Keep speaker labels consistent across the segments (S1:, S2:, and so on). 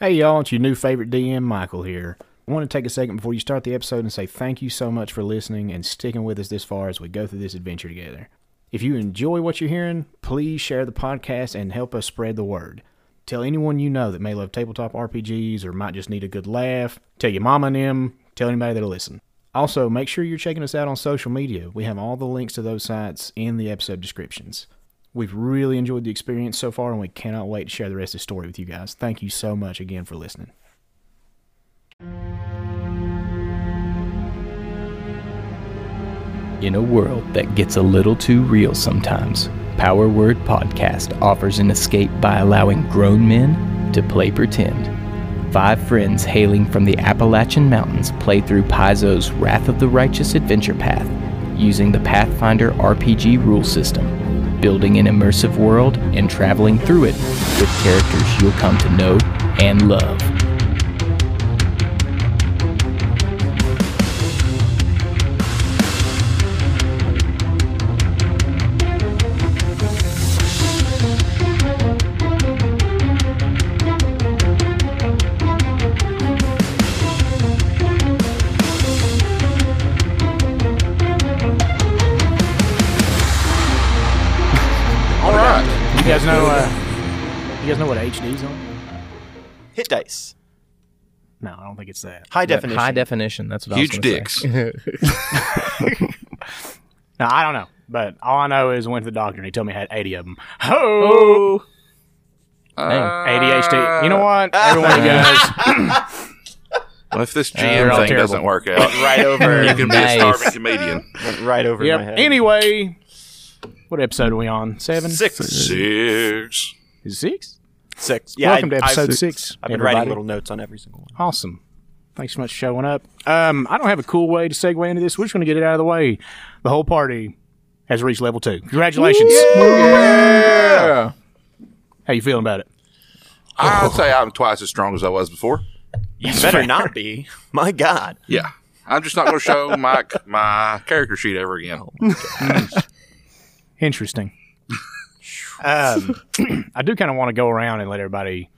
S1: Hey y'all, it's your new favorite DM, Michael here. I want to take a second before you start the episode and say thank you so much for listening and sticking with us this far as we go through this adventure together. If you enjoy what you're hearing, please share the podcast and help us spread the word. Tell anyone you know that may love tabletop RPGs or might just need a good laugh. Tell your mama and them. Tell anybody that'll listen. Also, make sure you're checking us out on social media. We have all the links to those sites in the episode descriptions. We've really enjoyed the experience so far, and we cannot wait to share the rest of the story with you guys. Thank you so much again for listening.
S2: In a world that gets a little too real sometimes, Power Word Podcast offers an escape by allowing grown men to play pretend. Five friends hailing from the Appalachian Mountains play through Paizo's Wrath of the Righteous adventure path using the Pathfinder RPG rule system, building an immersive world and traveling through it with characters you'll come to know and love.
S1: All right, you guys know. Uh, you guys know what HD's on?
S3: Hit dice.
S1: No, I don't think it's that.
S3: High
S2: That
S3: definition.
S2: High definition. That's what
S4: Huge
S2: I was gonna
S4: dicks.
S2: Say.
S1: No, I don't know. But all I know is I went to the doctor and he told me I had 80 of them. Ho! ADHD. You know what? Every one of you guys.
S4: Well, if this
S1: they're
S4: GM
S1: all
S4: thing
S1: terrible.
S4: doesn't work out,
S3: right over.
S4: you can be
S2: Nice.
S4: a starving comedian.
S3: went right over my
S1: Yep.
S3: head.
S1: Anyway, what episode are we on? Seven?
S3: six.
S4: Six.
S1: Is it Six?
S3: Six. Yeah.
S1: Welcome
S3: I,
S1: to episode
S3: I've,
S1: six.
S3: I've been
S1: everybody.
S3: writing little notes on every single one.
S1: Awesome. Thanks so much for showing up. Um, I don't have a cool way to segue into this. We're just going to get it out of the way. The whole party has reached level two. Congratulations.
S4: Yeah.
S1: How you feeling about it?
S4: I'd say I'm twice as strong as I was before.
S3: You better not be. My God.
S4: Yeah. I'm just not going to show my my character sheet ever again.
S1: Interesting.
S3: Um,
S1: I do kind of want to go around and let everybody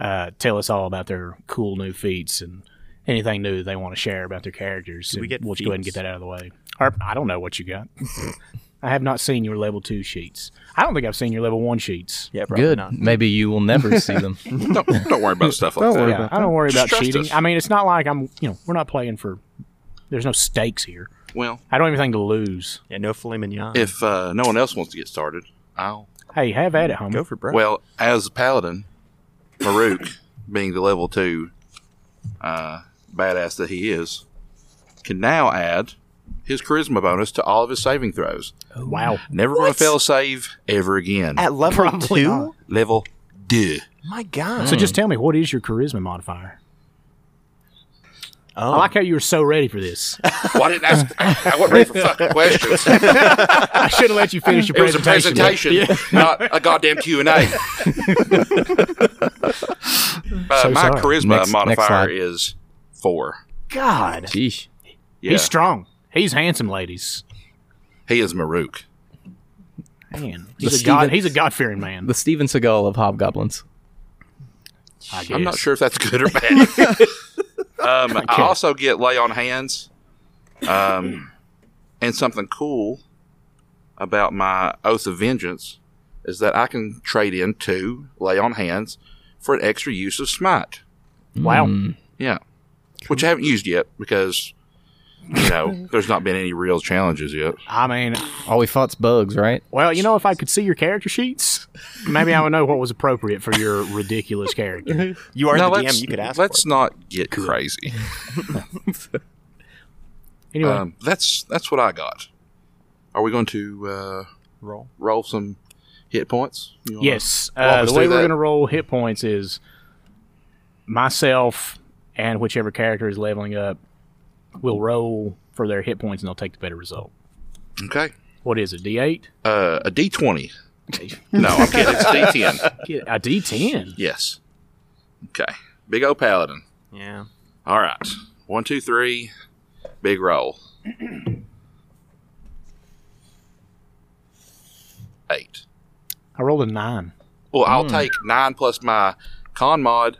S1: uh, tell us all about their cool new feats and anything new they want to share about their characters. and
S3: we get
S1: we'll just go ahead and get
S3: feats?
S1: that out of the way. Or, I don't know what you got. I have not seen your level two sheets. I don't think I've seen your level one sheets.
S3: yeah. Probably
S2: Good.
S3: Not.
S2: Maybe you will never see them.
S4: Don't, don't worry about stuff like
S5: Don't
S4: that.
S5: worry.
S1: Yeah, I don't worry about
S4: Trust
S1: cheating.
S4: us.
S1: I mean, it's not like I'm. You know, we're not playing for. There's no stakes here.
S4: Well,
S1: I don't have anything to lose.
S3: Yeah. No filet mignon.
S4: if uh, no one else wants to get started, I'll.
S1: Hey, have at it, homie.
S3: Go for broke.
S4: Well, as a paladin, Maruk, being the level two uh, badass that he is, can now add his charisma bonus to all of his saving throws.
S1: wow.
S4: Never going to fail a save ever again.
S3: at level two.
S4: level two.
S3: My God.
S1: So just tell me, what is your charisma modifier?
S3: oh.
S1: I like how you were so ready for this.
S4: Why didn't I? ask- I wasn't ready for fucking questions.
S1: I should have let you finish your
S4: It was a
S1: presentation.
S4: presentation, not a goddamn Q and A. Uh,
S1: So
S4: my
S1: sorry.
S2: Next-
S4: charisma
S2: next slide.
S4: modifier is four.
S3: God.
S2: Geesh.
S4: Yeah,
S1: He's strong. He's handsome, ladies.
S4: he is Maruk.
S1: Man, he's a
S2: Steven-
S1: god. He's a god fearing man.
S2: The Steven Seagal of Hobgoblins.
S1: I guess.
S4: I'm not sure if that's good or bad. um, I also get lay on hands, um, and something cool about my oath of vengeance is that I can trade in two lay on hands for an extra use of smite. Mm.
S1: Wow.
S4: Yeah. Which I haven't used yet because, you know, there's not been any real challenges yet.
S1: I mean,
S2: All we fought's bugs, right?
S1: well, you know, if I could see your character sheets, maybe I would know what was appropriate for your ridiculous character.
S3: You are
S4: No,
S3: the
S4: let's,
S3: DM. You could ask.
S4: let's
S3: for
S4: not get crazy.
S1: Anyway,
S4: Um, that's that's what I got. Are we going to uh,
S3: it. roll.
S4: roll some hit points? You wanna-
S1: yes,
S4: walk
S1: uh,
S4: us
S1: the way
S4: through
S1: we're
S4: that?
S1: going to roll hit points is myself and whichever character is leveling up will roll for their hit points, and they'll take the better result.
S4: Okay.
S1: What is it? D eight?
S4: Uh, a D twenty. no, I'm kidding. It's D ten.
S1: A uh, D ten?
S4: Yes. Okay. Big O Paladin.
S3: Yeah.
S4: All right. One, two, three. Big roll. Eight.
S1: I rolled a nine. Hmm.
S2: Hmm.
S4: Well, I'll take nine plus my Con mod.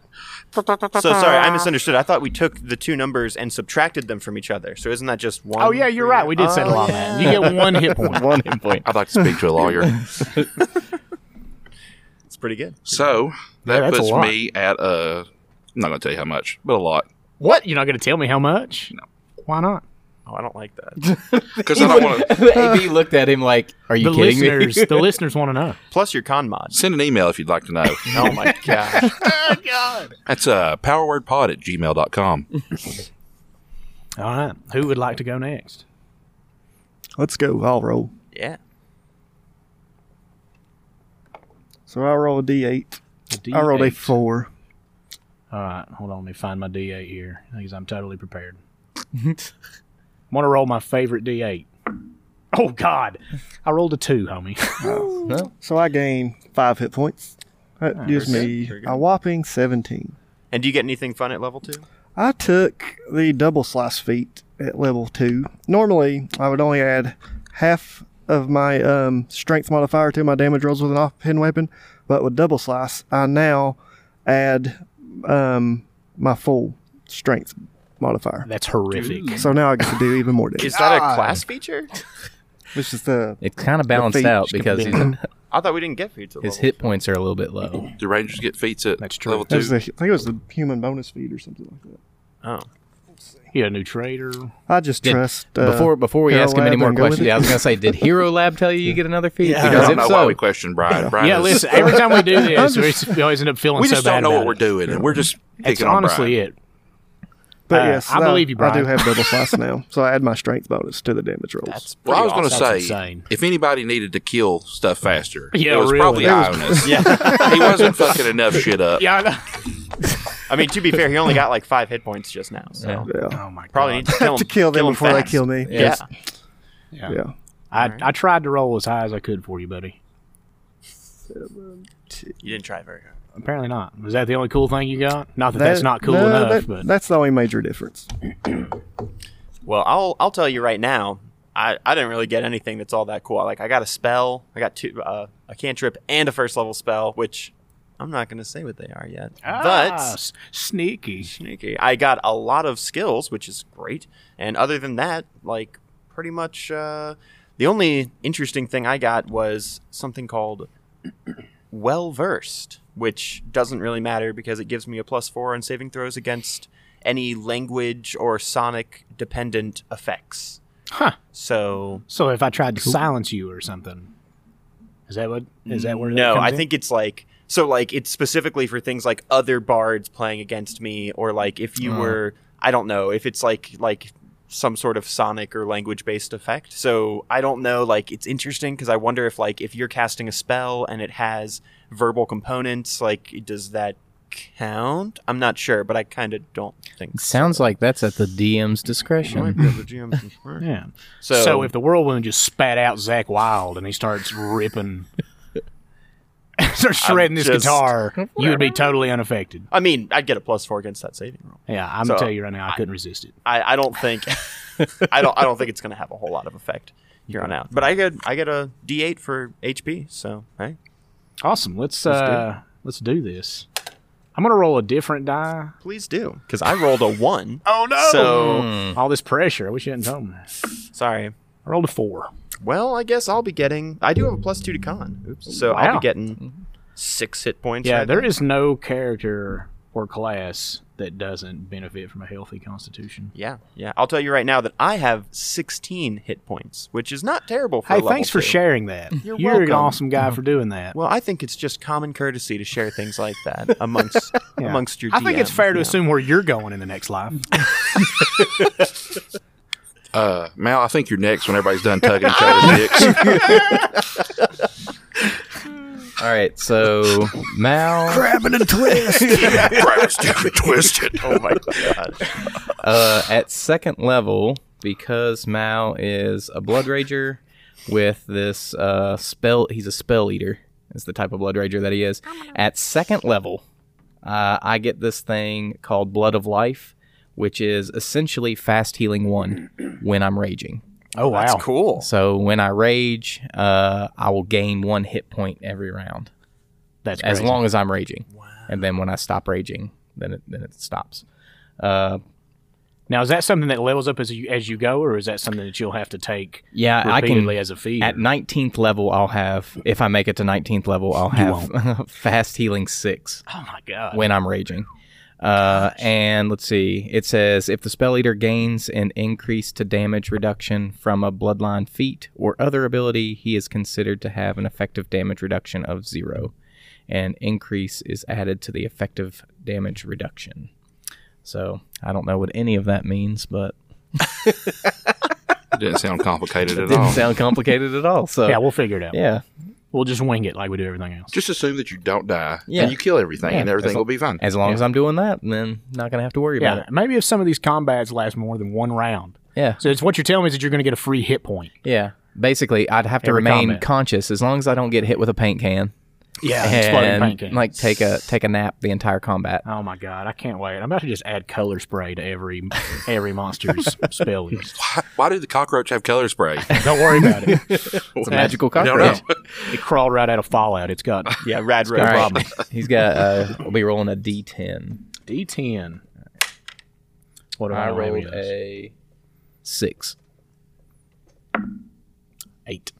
S3: So sorry, I misunderstood. I thought we took the two numbers and subtracted them from each other. So isn't that just one? Oh,
S1: Oh yeah, you're right. We did settle on that. You get one hit point.
S2: One hit point.
S4: I'd like to speak to a lawyer.
S3: It's pretty good.
S4: So
S1: Yeah,
S4: that
S1: that's a
S4: puts
S1: lot.
S4: me at uh, I'm not going to tell you how much, but a lot.
S1: What? You're not going to tell me how much? No. Why not?
S3: Oh, I don't like that.
S4: Because I don't want to
S2: AB looked at him like, "Are you
S1: the
S2: kidding
S1: listeners,
S2: me?"
S1: the listeners want to know.
S3: Plus your con mod.
S4: send an email if you'd like to know.
S3: Oh my gosh.
S1: Oh
S4: That's uh, powerwordpod at gmail.com.
S1: All right. Who would like to go next?
S5: Let's go. I'll roll.
S3: Yeah.
S5: So I roll a D8. I rolled a
S1: D8.
S5: four.
S1: All right. Hold on. Let me find my D8 here because I'm totally prepared. want to roll my favorite D8. Oh, God. I rolled a two, homie.
S2: No.
S5: Uh, So I gain five hit points. That gives me
S3: Very good.
S5: a whopping 17.
S3: And do you get anything fun at level two?
S5: I took the double slice feat at level two. Normally, I would only add half of my um, strength modifier to my damage rolls with an off-pin weapon, but with double slice, I now add um, my full strength modifier.
S1: That's horrific.
S5: So now I get to do even more damage.
S3: Is that a class feature?
S5: Which is the
S2: It kind of balanced
S5: feet
S2: out
S5: should
S2: because
S5: be-
S2: he's,
S3: I thought we didn't get feats at
S2: his
S3: level
S2: hit points are a little bit low.
S4: Do Rangers get feats at
S1: That's true.
S4: level
S5: that
S4: two?
S5: was the, I think it was the human bonus feat or something like that.
S3: two. Oh.
S1: He a new trader.
S5: I just
S2: Did-
S5: trust uh,
S2: before before we
S5: Hero
S2: ask him any
S5: Lab
S2: more
S5: and go with
S2: questions,
S5: it.
S2: I was gonna say, did Hero Lab tell you you get another feat?
S5: Yeah.
S4: I
S2: Because
S4: don't
S2: if
S4: know why
S2: so,
S4: we question Brian. Brian
S1: Yeah,
S4: is-
S1: listen, every time we do
S5: I'm
S1: this, we
S5: just-
S1: s- we always end up feeling
S4: we
S1: so
S4: just
S1: bad
S4: don't know
S1: about
S4: what we're
S1: it.
S4: doing, and we're just
S1: That's
S4: picking
S1: honestly
S4: on
S1: it.
S5: But
S1: Uh,
S5: yes,
S1: I believe you, Brian.
S5: I do have double slice now, so I add my strength bonus to the damage rolls.
S3: That's
S4: Brian. Well, I was going to
S1: That's
S4: say,
S1: insane.
S4: if anybody needed to kill stuff faster,
S1: Yeah,
S4: it was
S1: really.
S4: probably
S1: It was-
S4: Ionis. yeah. he wasn't fucking enough shit up.
S1: Yeah, I know.
S3: I mean, to be fair, he only got like five hit points just now. So
S2: Yeah.
S5: yeah.
S1: Oh my god!
S3: probably need to kill,
S5: to
S3: him,
S5: kill them
S3: him
S5: before they
S3: fast.
S5: kill me.
S3: Yeah.
S2: Yes.
S5: Yeah.
S1: I, I tried to roll as high as I could for you, buddy.
S3: You didn't try very hard.
S1: Apparently not. Is that the only cool thing you got? Not that,
S5: That-
S1: that's not cool
S5: no,
S1: enough,
S5: that-
S1: but
S5: that's the only major difference.
S3: Well, I'll I'll tell you right now. I, I didn't really get anything that's all that cool. Like I got a spell, I got two uh, a cantrip and a first level spell, which I'm not going to say what they are yet.
S1: Ah,
S3: But
S1: s- sneaky.
S3: sneaky, I got a lot of skills, which is great. And other than that, like pretty much uh, the only interesting thing I got was something called well versed, which doesn't really matter because it gives me a plus four on saving throws against any language or sonic dependent effects.
S1: Huh.
S3: So
S1: So if I tried to silence you or something, is that what? Is that where? that
S3: Mm, no,
S1: comes
S3: I
S1: in?
S3: think it's like so like it's specifically for things like other bards playing against me or like if
S1: Uh.
S3: you were I don't know, if it's like like some sort of sonic or language based effect. So I don't know like it's interesting cuz I wonder if like if you're casting a spell and it has verbal components like does that count? I'm not sure, but I kind of don't think
S2: It sounds like that's at the DM's
S3: so.
S2: discretion.
S3: Might be able to GM some work.
S1: Yeah. So,
S3: So,
S1: if the whirlwind just spat out Zach Wild and he starts ripping, starts shredding this
S3: just-
S1: guitar, you would be totally unaffected.
S3: I mean, I'd get a plus 4 against that saving roll.
S1: Yeah, I'm
S3: So,
S1: telling you right now, I couldn't resist it.
S3: I, I don't think I don't I don't think it's going to have a whole lot of effect here on out. But I get I get a D8 for HP, so hey,
S1: Awesome. Let's
S3: do it.
S1: uh, let's do this. I'm gonna roll a different die.
S3: please do because I rolled a one. oh no! So
S1: Hmm. All this pressure. I wish you hadn't told me. that.
S3: sorry.
S1: I rolled a four.
S3: Well, I guess I'll be getting. I do have a plus two to con. Oops. So I'll
S1: Wow.
S3: be getting six hit points.
S1: Yeah,
S3: I
S1: there
S3: think.
S1: is no character or class that doesn't benefit from a healthy constitution.
S3: Yeah, yeah. I'll tell you right now that I have sixteen hit points, which is not terrible for. a
S1: Hey,
S3: level
S1: thanks for
S3: two.
S1: sharing that.
S3: You're
S1: an
S3: welcome. Mm-hmm.
S1: awesome guy for doing that.
S3: Well, I think it's just common courtesy to share things like that amongst
S1: Yeah.
S3: amongst your.
S1: I think it's
S3: DM,
S1: fair to
S3: you know.
S1: assume where you're going in the next life.
S4: Uh, Mal, I think you're next when everybody's done tugging each other's dicks.
S2: All right, so Mal,
S5: Grabbing and twist.
S4: Brian's dick is twisted.
S3: Oh my god!
S2: uh, at second level, because Mal is a blood rager with this uh, spell, he's a spell eater. Is the type of blood rager that he is. At second level, uh, I get this thing called Blood of Life, which is essentially fast healing one when I'm raging.
S1: Oh wow,
S3: That's cool.
S2: So when I rage, uh, I will gain one hit point every round
S1: That's
S2: as
S1: crazy.
S2: long as I'm raging. and then when I stop raging, then it, then it stops. Uh,
S1: Now, is that something that levels up as you as you go, or is that something that you'll have to take
S2: yeah, I can
S1: repeatedly as a feed?
S2: at 19th level. I'll have if I make it to 19th level, I'll have fast healing six.
S1: oh my god!
S2: when I'm raging. Uh, and let's see. It says if the spell eater gains an increase to damage reduction from a bloodline feat or other ability, he is considered to have an effective damage reduction of zero. And increase is added to the effective damage reduction. So I don't know what any of that means, but
S4: It didn't sound complicated at
S2: it didn't
S4: all.
S2: sound complicated at all. So
S1: yeah, we'll figure it out.
S2: yeah.
S1: We'll just wing it like we do everything else.
S4: Just assume that you don't die
S2: Yeah.
S4: and you kill everything,
S2: Yeah,
S4: and everything
S2: as lo-
S4: will be fine.
S2: As long as I'm doing that, then not gonna have to worry
S1: Yeah,
S2: about it.
S1: maybe if some of these combats last more than one round.
S2: Yeah.
S1: So it's what you're telling me is that you're going to get a free hit point.
S2: Yeah. Basically, I'd have to
S1: Every
S2: remain
S1: combat.
S2: conscious as long as I don't get hit with a paint can
S1: Yeah, exploding
S2: and
S1: paint can.
S2: like take a take a nap the entire combat.
S1: oh my god, I can't wait. I'm about to just add color spray to every every monster's spell list.
S4: Why did the cockroach have color spray?
S1: Don't worry about it.
S2: It's a magical
S4: I don't
S2: cockroach.
S4: know.
S1: It crawled right out of Fallout. It's got
S3: Yeah, rad
S2: All
S3: road
S2: right.
S3: problem.
S2: He's got. Uh, we'll be rolling a D10.
S1: D10. What do
S2: I
S1: I, roll
S2: rolled
S1: against?
S2: a six.
S1: eight.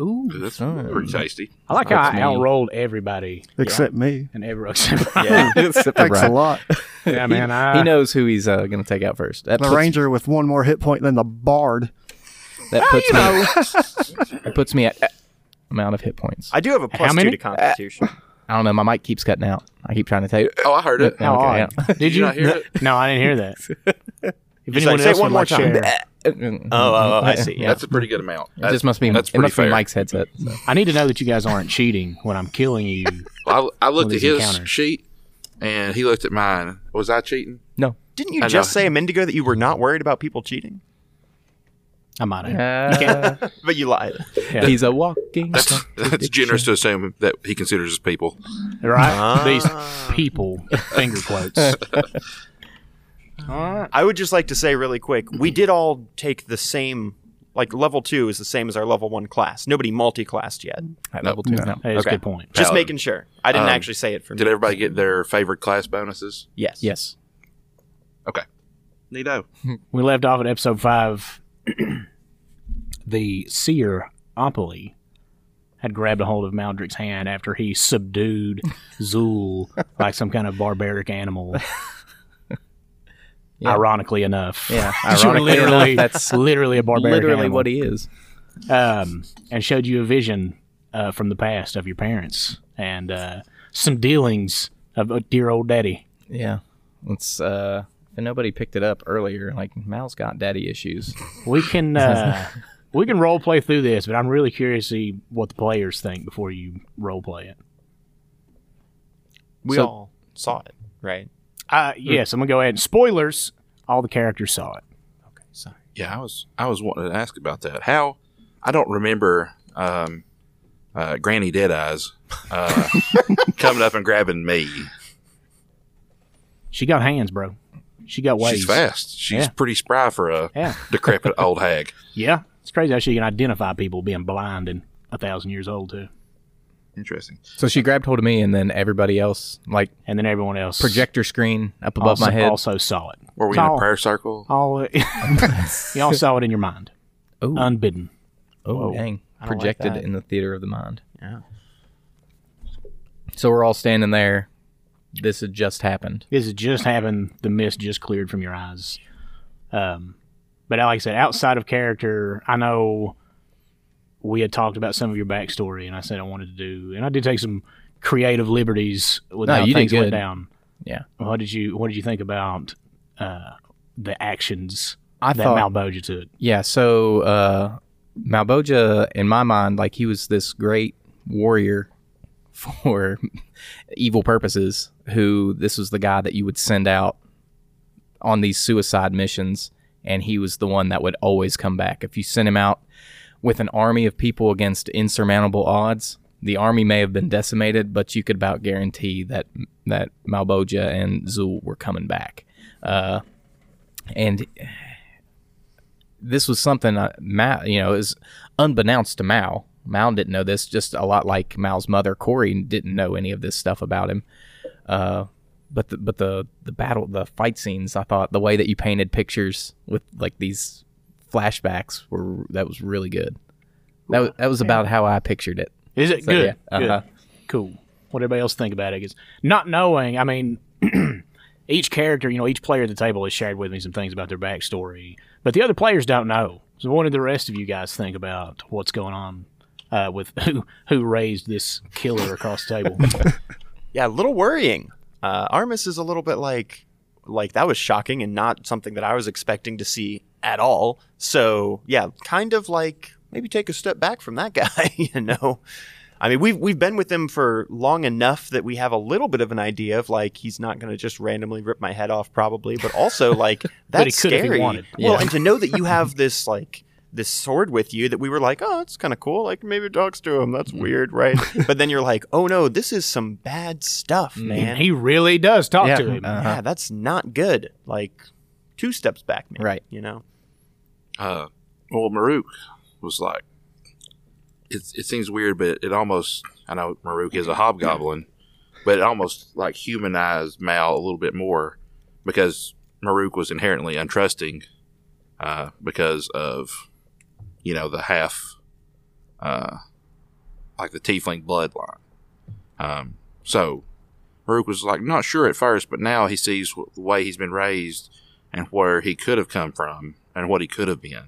S1: Ooh,
S4: That's
S2: Fun.
S4: pretty tasty.
S1: I like how
S2: That's
S1: I
S2: me.
S1: outrolled everybody
S5: Except me.
S1: and every except
S2: Yeah, except for
S5: Thanks a
S2: Brian.
S5: lot.
S1: yeah, man. I,
S2: He knows who he's uh, going to take out first. That
S5: The
S2: puts,
S5: ranger with one more hit point than the bard.
S2: That puts me. that puts me at at amount of hit points. I,
S3: I do have a plus
S1: many?
S3: two to Constitution.
S2: don't know. My mic keeps cutting out. I keep trying to take.
S4: Oh, I heard it.
S1: How
S2: Okay,
S1: odd.
S2: yeah.
S1: Did you?
S4: you not hear it?
S1: No, I didn't hear that. If
S3: He's
S1: anyone
S3: like, "Say it
S1: else
S3: one
S1: would
S3: more
S1: like to
S3: time."
S1: share,
S3: Oh, oh, oh, I see. Yeah.
S4: That's a pretty good amount.
S2: It just must be.
S4: Oh, That's
S2: It
S4: pretty
S2: must
S4: fair.
S2: be Mike's headset. so.
S1: I need to know that you guys aren't cheating when I'm killing you.
S4: I, I
S1: of
S4: looked at
S1: these
S4: his
S1: encounters.
S4: sheet, and he looked at mine. Was I cheating?
S2: No.
S3: Didn't you
S4: I
S3: just
S4: know.
S3: say a minute ago that you were not worried about people cheating?
S1: I might have.
S2: Uh,
S3: But you lied.
S1: Yeah.
S2: He's a walking.
S4: That's, that's generous to assume that he considers us people.
S1: Right?
S4: Ah.
S3: Ah.
S1: These people, finger quotes.
S3: I would just like to say really quick, we did all take the same like level two is the same as our level one class. Nobody multi-classed yet.
S2: At level two. No.
S1: That's a
S3: Okay.
S1: good point.
S3: Just
S4: Valid.
S3: making sure. I didn't
S4: Um,
S3: actually say it for
S4: Did
S3: me.
S4: everybody get their favorite class bonuses?
S3: yes.
S2: Yes.
S4: Okay. Neato.
S1: We left off at episode five. the seer Opoly had grabbed a hold of Maldrick's hand after he subdued Zool like some kind of barbaric animal.
S2: Yeah.
S1: Ironically enough,
S2: Yeah,
S1: You were
S2: ironically
S1: literally,
S2: enough, that's
S1: literally a barbaric
S2: Literally
S1: animal.
S2: what he is.
S1: um, and showed you a vision uh, from the past of your parents and uh, some dealings of uh, dear old daddy.
S2: Yeah. It's uh and nobody picked it up earlier. Like Mal's got daddy issues.
S1: We can uh, we can role play through this, but I'm really curious to see what the players think before you role play it.
S3: We
S2: So-
S3: all saw it, right?
S1: Uh, yes, I'm gonna go ahead and spoilers. All the characters saw it.
S3: Sorry.
S4: Yeah, I was I was wanting to ask about that. How I don't remember um, uh, Granny Deadeyes uh, coming up and grabbing me.
S1: She got hands, bro. She got ways.
S4: She's fast. She's
S1: Yeah.
S4: pretty spry for a
S1: Yeah.
S4: decrepit old hag.
S1: Yeah, it's crazy how she can identify people being blind and a thousand years old too,
S4: Interesting.
S2: So she grabbed hold of me and then everybody else, like
S1: and then everyone else
S2: projector screen up above
S1: also,
S2: my head.
S1: also saw it.
S4: Were we
S1: It's
S4: in a
S1: all-
S4: prayer circle?
S1: All y'all saw it in your mind,
S2: Ooh.
S1: unbidden.
S2: oh dang.
S3: I don't like
S2: Projected
S3: that.
S2: in the theater of the mind.
S3: Yeah.
S2: So we're all standing there. This had just happened.
S1: This is just happened. The mist just cleared from your eyes. Um, but like I said, outside of character, I know we had talked about some of your backstory, and I said I wanted to do, and I did take some creative liberties with
S2: No,
S1: how
S2: you did
S1: things went
S2: good.
S1: down.
S2: Yeah.
S1: What did you What did you think about uh, the actions
S2: I
S1: that
S2: thought
S1: Malboja took?
S2: Yeah, so uh Malboja in my mind like he was this great warrior for evil purposes who this was the guy that you would send out on these suicide missions and he was the one that would always come back. If you sent him out with an army of people against insurmountable odds, the army may have been decimated, but you could about guarantee that that Malboja and Zul were coming back. Uh, and this was something uh, Mao, you know, is unbeknownst to Mao. Mal didn't know this, just a lot like Mal's mother, Corey, didn't know any of this stuff about him. Uh, but the, but the the battle, the fight scenes, I thought the way that you painted pictures with like these flashbacks were that was really good. That was, that was about how I pictured it.
S1: Is it
S2: So,
S1: good?
S2: yeah, uh-huh.
S1: Good. Cool. What everybody else think about it is not knowing. I mean, each character, you know, each player at the table has shared with me some things about their backstory, but the other players don't know. So, what did the rest of you guys think about what's going on uh, with who who raised this killer across the table?
S3: Yeah, a little worrying. Uh, Armis is a little bit like, like that was shocking and not something that I was expecting to see at all. So yeah, kind of like maybe take a step back from that guy. You know, I mean we've we've been with him for long enough that we have a little bit of an idea of like he's not going to just randomly rip my head off probably, but also like
S1: But he
S3: that's
S1: could if he
S3: scary.
S1: wanted.
S3: Well,
S2: Yeah.
S3: and to know that you have this like this sword with you that we were like, oh, that's kind of cool. Like maybe it talks to him.
S1: Mm-hmm.
S3: That's weird, right? but then you're like, oh no, this is some bad stuff, man.
S1: and Mm-hmm. he really does talk
S2: Yeah.
S1: to him. Uh-huh.
S2: Uh,
S3: yeah, that's not good. Like two steps back, man.
S2: Right.
S3: You know.
S4: Uh, well, Maruk was like, it, it seems weird, but it almost, I know Maruk is a hobgoblin, but it almost like humanized Mal a little bit more because Maruk was inherently untrusting uh, because of, you know, the half, uh, like the tiefling bloodline. Um, so Maruk was like, not sure at first, but now he sees wh- the way he's been raised and where he could have come from and what he could have been.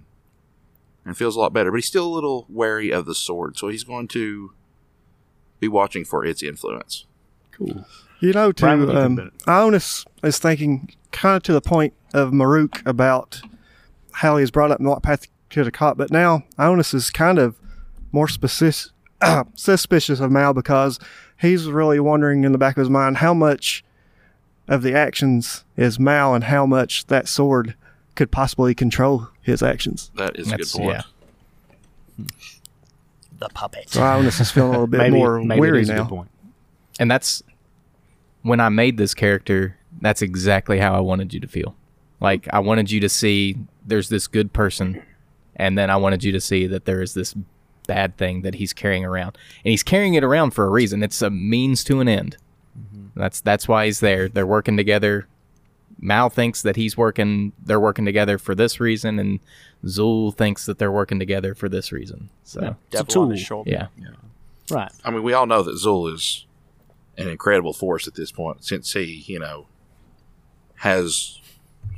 S4: And feels a lot better, but he's still a little wary of the sword, so he's going to be watching for its influence.
S5: You know, to
S1: Brian, what do you think
S5: um,
S1: about
S5: Ionis is thinking kind of to the point of Maruk about how he's brought up and what path he could have caught, but now Ionis is kind of more specific, suspicious of Mal because he's really wondering in the back of his mind how much of the actions is Mal and how much that sword could possibly control his actions.
S4: That is
S2: That's-
S4: a good point.
S2: yeah.
S3: The puppet.
S5: So Ionis is feeling a little bit
S1: Maybe,
S5: more
S1: maybe it
S5: weary
S1: is a
S5: now.
S1: good point.
S2: and that's when I made this character. That's exactly how I wanted you to feel. Like I wanted you to see there's this good person, and then I wanted you to see that there is this bad thing that he's carrying around, and he's carrying it around for a reason. It's a means to an end. That's that's why he's there. They're working together. Mal thinks that he's working. They're working together for this reason, and Zul thinks that they're working together for this reason. So
S1: It's a
S3: Devil on his
S1: tool.
S3: shoulder.
S2: yeah,
S1: Right.
S4: I mean, we all know that Zul is an incredible force at this point, since he, you know, has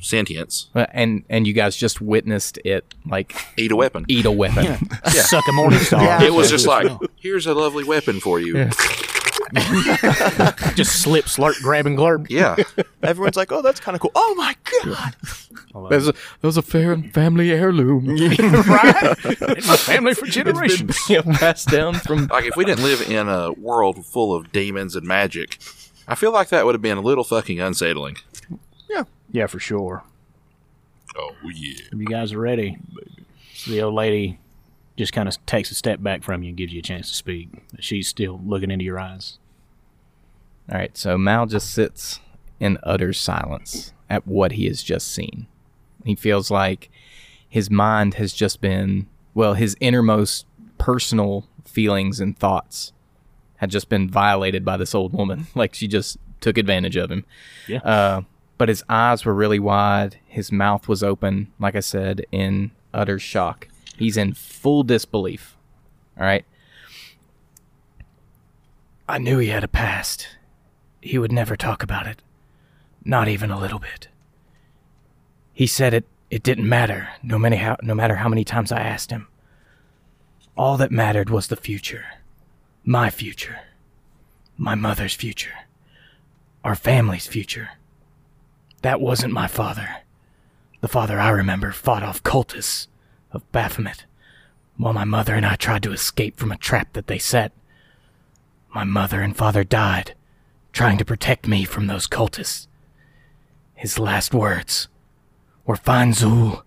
S4: sentience.
S2: Uh, and and you guys just witnessed it like
S4: Eat a weapon.
S2: eat a weapon.
S1: Suck a morning star.
S4: It was just like, here's a lovely weapon for you. Yeah.
S1: just slip, slurp, grab, and glurp.
S3: Everyone's like, oh, that's kind of cool. Oh my god.
S2: a, that was a fair family heirloom.
S1: right? In my family for
S2: It's
S1: generations.
S2: been passed down from.
S4: Like, if we didn't live in a world full of demons and magic, I feel like that would have been a little fucking unsettling.
S1: Yeah, for sure.
S4: Oh, yeah.
S1: If you guys are ready, so the old lady just kind of takes a step back from you and gives you a chance to speak. She's still looking into your eyes.
S2: All right, so Mal just sits in utter silence at what he has just seen. He feels like his mind has just been, well, his innermost personal feelings and thoughts had just been violated by this old woman. Like she just took advantage of him.
S1: Yeah.
S2: Uh, but his eyes were really wide. His mouth was open, like I said, in utter shock. He's in full disbelief. All right. I knew he had a past. He would never talk about it. Not even a little bit. He said it it didn't matter, no many how, no matter how many times I asked him. All that mattered was the future. My future. My mother's future. Our family's future. That wasn't my father. The father I remember fought off cultists of Baphomet while my mother and I tried to escape from a trap that they set. My mother and father died trying to protect me from those cultists. His last words were Find Zul,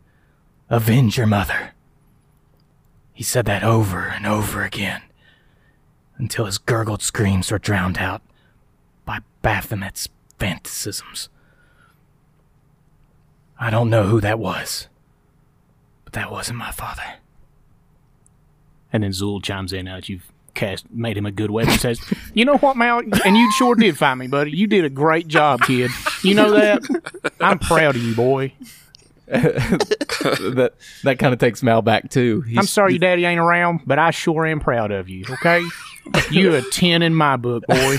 S2: avenge your mother. He said that over and over again until his gurgled screams were drowned out by Baphomet's phantasms. I don't know who that was, but that wasn't my father.
S1: And then Zool chimes in now that you've cast made him a good weapon. Says, "You know what, Mal? And you sure did find me, buddy. You did a great job, kid. You know that. I'm proud of you, boy.
S2: that that kind of takes Mal back too.
S1: I'm
S2: He's-
S1: sorry your daddy ain't around, but I sure am proud of you. Okay, you a ten in my book, boy.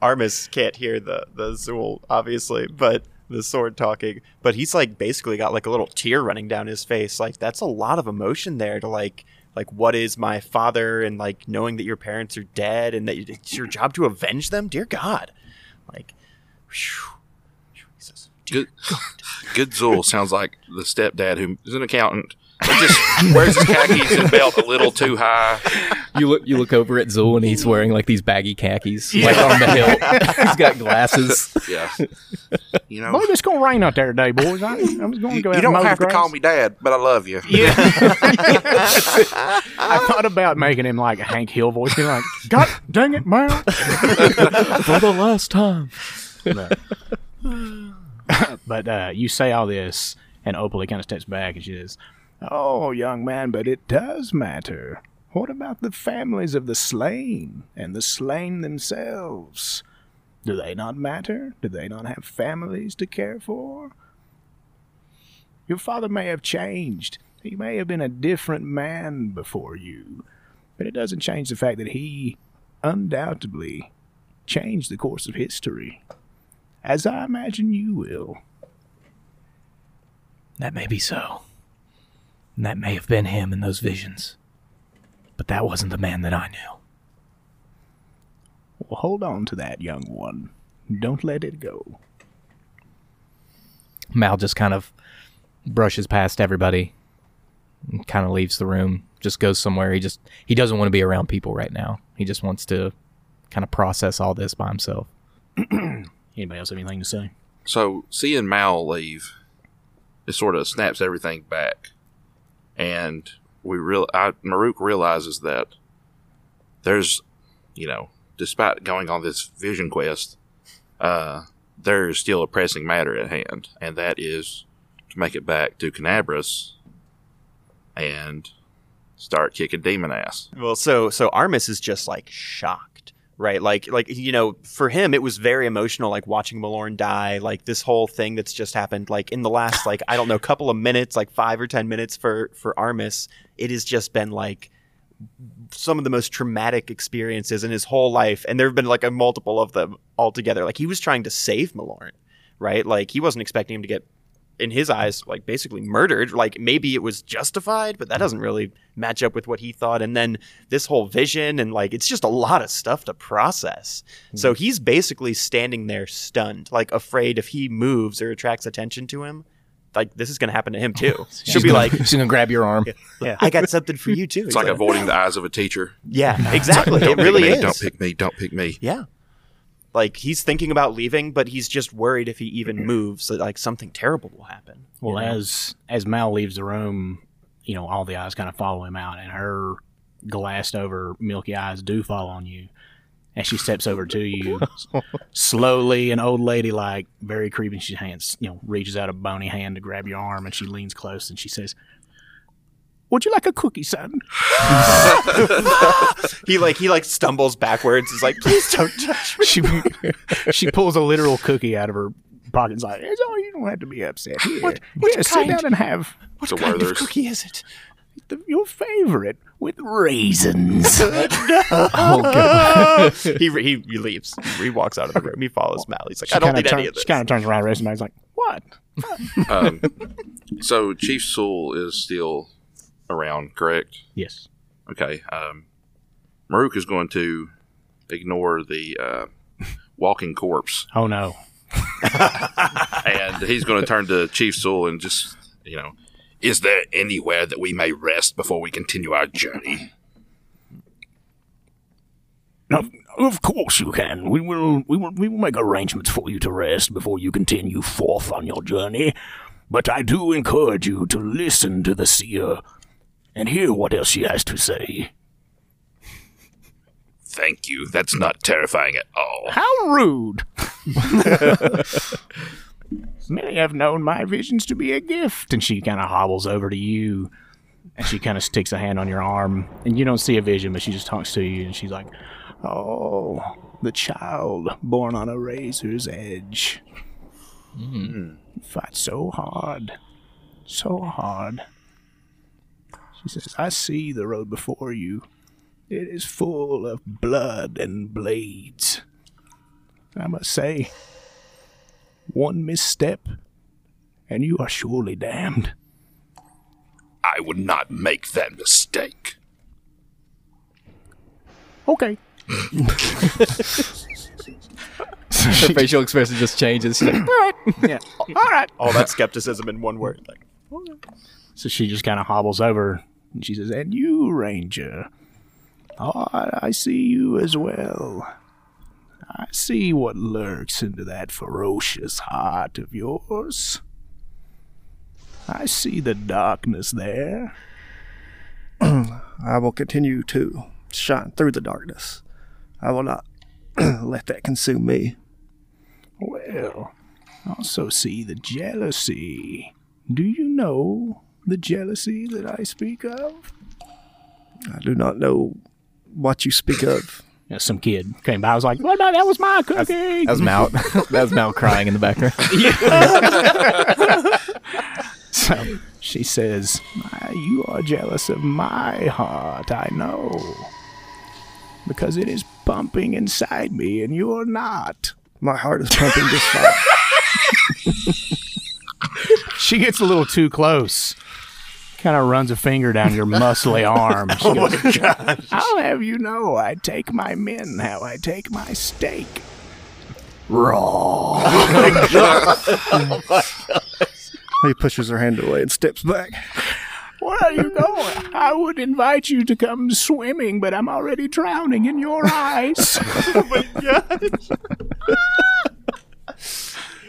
S3: Armis can't hear the the Zool, obviously, but the sword talking. But he's like basically got like a little tear running down his face. Like that's a lot of emotion there to like like what is my father and like knowing that your parents are dead and that it's your job to avenge them. Dear God, like whew, Jesus.
S4: Good, good Zool sounds like the stepdad who is an accountant. But just wears his khakis and belt a little too high.
S2: You look you look over at Zool and he's wearing like these baggy khakis, like on the hilt. he's got glasses.
S4: Yeah, you know.
S1: Boy, it's gonna rain out there today, boys. I, I'm just gonna
S4: You,
S1: go out
S4: you
S1: and
S4: don't
S1: mow the
S4: have to
S1: grass.
S4: call me dad, but I love you.
S1: I thought about making him like a Hank Hill voice, being like, "God dang it, man!"
S2: For the last time.
S1: But uh, you say all this, and Opal kind of steps back and she says, Oh, young man, but it does matter. What about the families of the slain and the slain themselves? Do they not matter? Do they not have families to care for? Your father may have changed. He may have been a different man before you. But it doesn't change the fact that he undoubtedly changed the course of history. As I imagine you will.
S2: That may be so. And that may have been him in those visions. But that wasn't the man that I knew.
S1: Well, hold on to that, young one. Don't let it go.
S2: Mal just kind of brushes past everybody and kind of leaves the room, just goes somewhere. He just he doesn't want to be around people right now. He just wants to kind of process all this by himself.
S1: Anybody else have anything to say?
S4: So seeing Mal leave, it sort of snaps everything back, and we real I, Maruk realizes that there's, you know, despite going on this vision quest, uh, there is still a pressing matter at hand, and that is to make it back to Canabras and start kicking demon ass.
S3: Well, so so Armis is just like shocked, right? Like like you know, for him it was very emotional, like watching Malorn die, like this whole thing that's just happened, like in the last like I don't know, couple of minutes, like five or ten minutes for for Armis, it has just been like some of the most traumatic experiences in his whole life, and there have been like a multiple of them altogether. Like he was trying to save Malorn, right? Like he wasn't expecting him to get in his eyes, like basically murdered. Like maybe it was justified, but that doesn't really match up with what he thought. And then this whole vision, and like it's just a lot of stuff to process.
S2: Mm-hmm.
S3: So he's basically standing there stunned, like afraid if he moves or attracts attention to him, like this is going to happen to him too. She'll be like,
S2: she's gonna grab your arm.
S3: I got something for you too.
S4: It's like avoiding the eyes of a teacher.
S3: "Ah." yeah, exactly.
S4: Don't
S3: it really
S4: pick me,
S3: is.
S4: Don't pick me. Don't pick me.
S3: Yeah. Like he's thinking about leaving, but he's just worried if he
S1: Mm-hmm.
S3: even moves that like something terrible will happen.
S1: Well, as as Mal leaves the room, you know all the eyes kind of follow him out, and her glassed over milky eyes do fall on you, and she steps over to you slowly, an old lady like, very creepy. She hands, you know, reaches out a bony hand to grab your arm, and she leans close and she says, "Would you like a cookie, son?"
S3: He like he like stumbles backwards. He's like, please don't touch me.
S1: she she pulls a literal cookie out of her pocket and's like, "It's all- you don't have to be upset. Here,
S3: What- what
S1: just
S3: kind?
S1: sit down and have
S4: What kind of
S3: cookie is it?
S1: the, your favorite with raisins."
S3: he, re- he he leaves. He walks out of the room. He follows Mal. He's like, I
S1: She
S3: don't
S1: kinda
S3: need
S1: turn-
S3: any of this.
S1: She kind of turns around, and Mag's like, "What?"
S4: um, so Chief Sewell is still around, correct?
S1: Yes.
S4: Okay. Um, Maruk is going to ignore the uh, walking corpse,
S1: Oh no.
S4: and he's going to turn to Chief Sewell and just, you know, is there anywhere that we may rest before we continue our journey?
S1: No, of course you can. We will, we will, we will make arrangements for you to rest before you continue forth on your journey. But I do encourage you to listen to the seer and hear what else she has to say.
S4: Thank you. That's not terrifying at all.
S1: How rude! Many have known my visions to be a gift, and she kind of hobbles over to you And she kind of sticks a hand on your arm, and you don't see a vision, but she just talks to you, and she's like, "Oh, the child born on a razor's edge Hmm. fight so hard, so hard." She says, "I see the road before you. It is full of blood and blades. I must say, one misstep, and you are surely damned."
S6: I would not make that mistake.
S1: Okay.
S2: Her facial expression just changes. She's like,
S1: Yeah. All right.
S3: All that skepticism in one word. Like,
S1: So she just kind of hobbles over and she says, And you, Ranger. Oh, I see you as well. I see what lurks into that ferocious heart of yours. I see the darkness there.
S5: I will continue to shine through the darkness. I will not let that consume me.
S1: Well, I also see the jealousy. Do you know the jealousy that I speak of?
S5: I do not know what you speak of.
S1: Yeah, some kid came by. I was like, "What? No, that was my
S2: that
S1: cookie."
S2: was Mal. that was Mal crying in the background.
S1: So she says, "Ah, You are jealous of my heart, I know. Because it is pumping inside me and you're not.
S5: My heart is pumping just fine.
S1: She gets a little too close. Kind of runs a finger down your muscly arm. She goes, I'll have you know I take my men how I take my steak. Raw.
S5: He pushes her hand away and steps back.
S1: Where are you going? I would invite you to come swimming, but I'm already drowning in your eyes.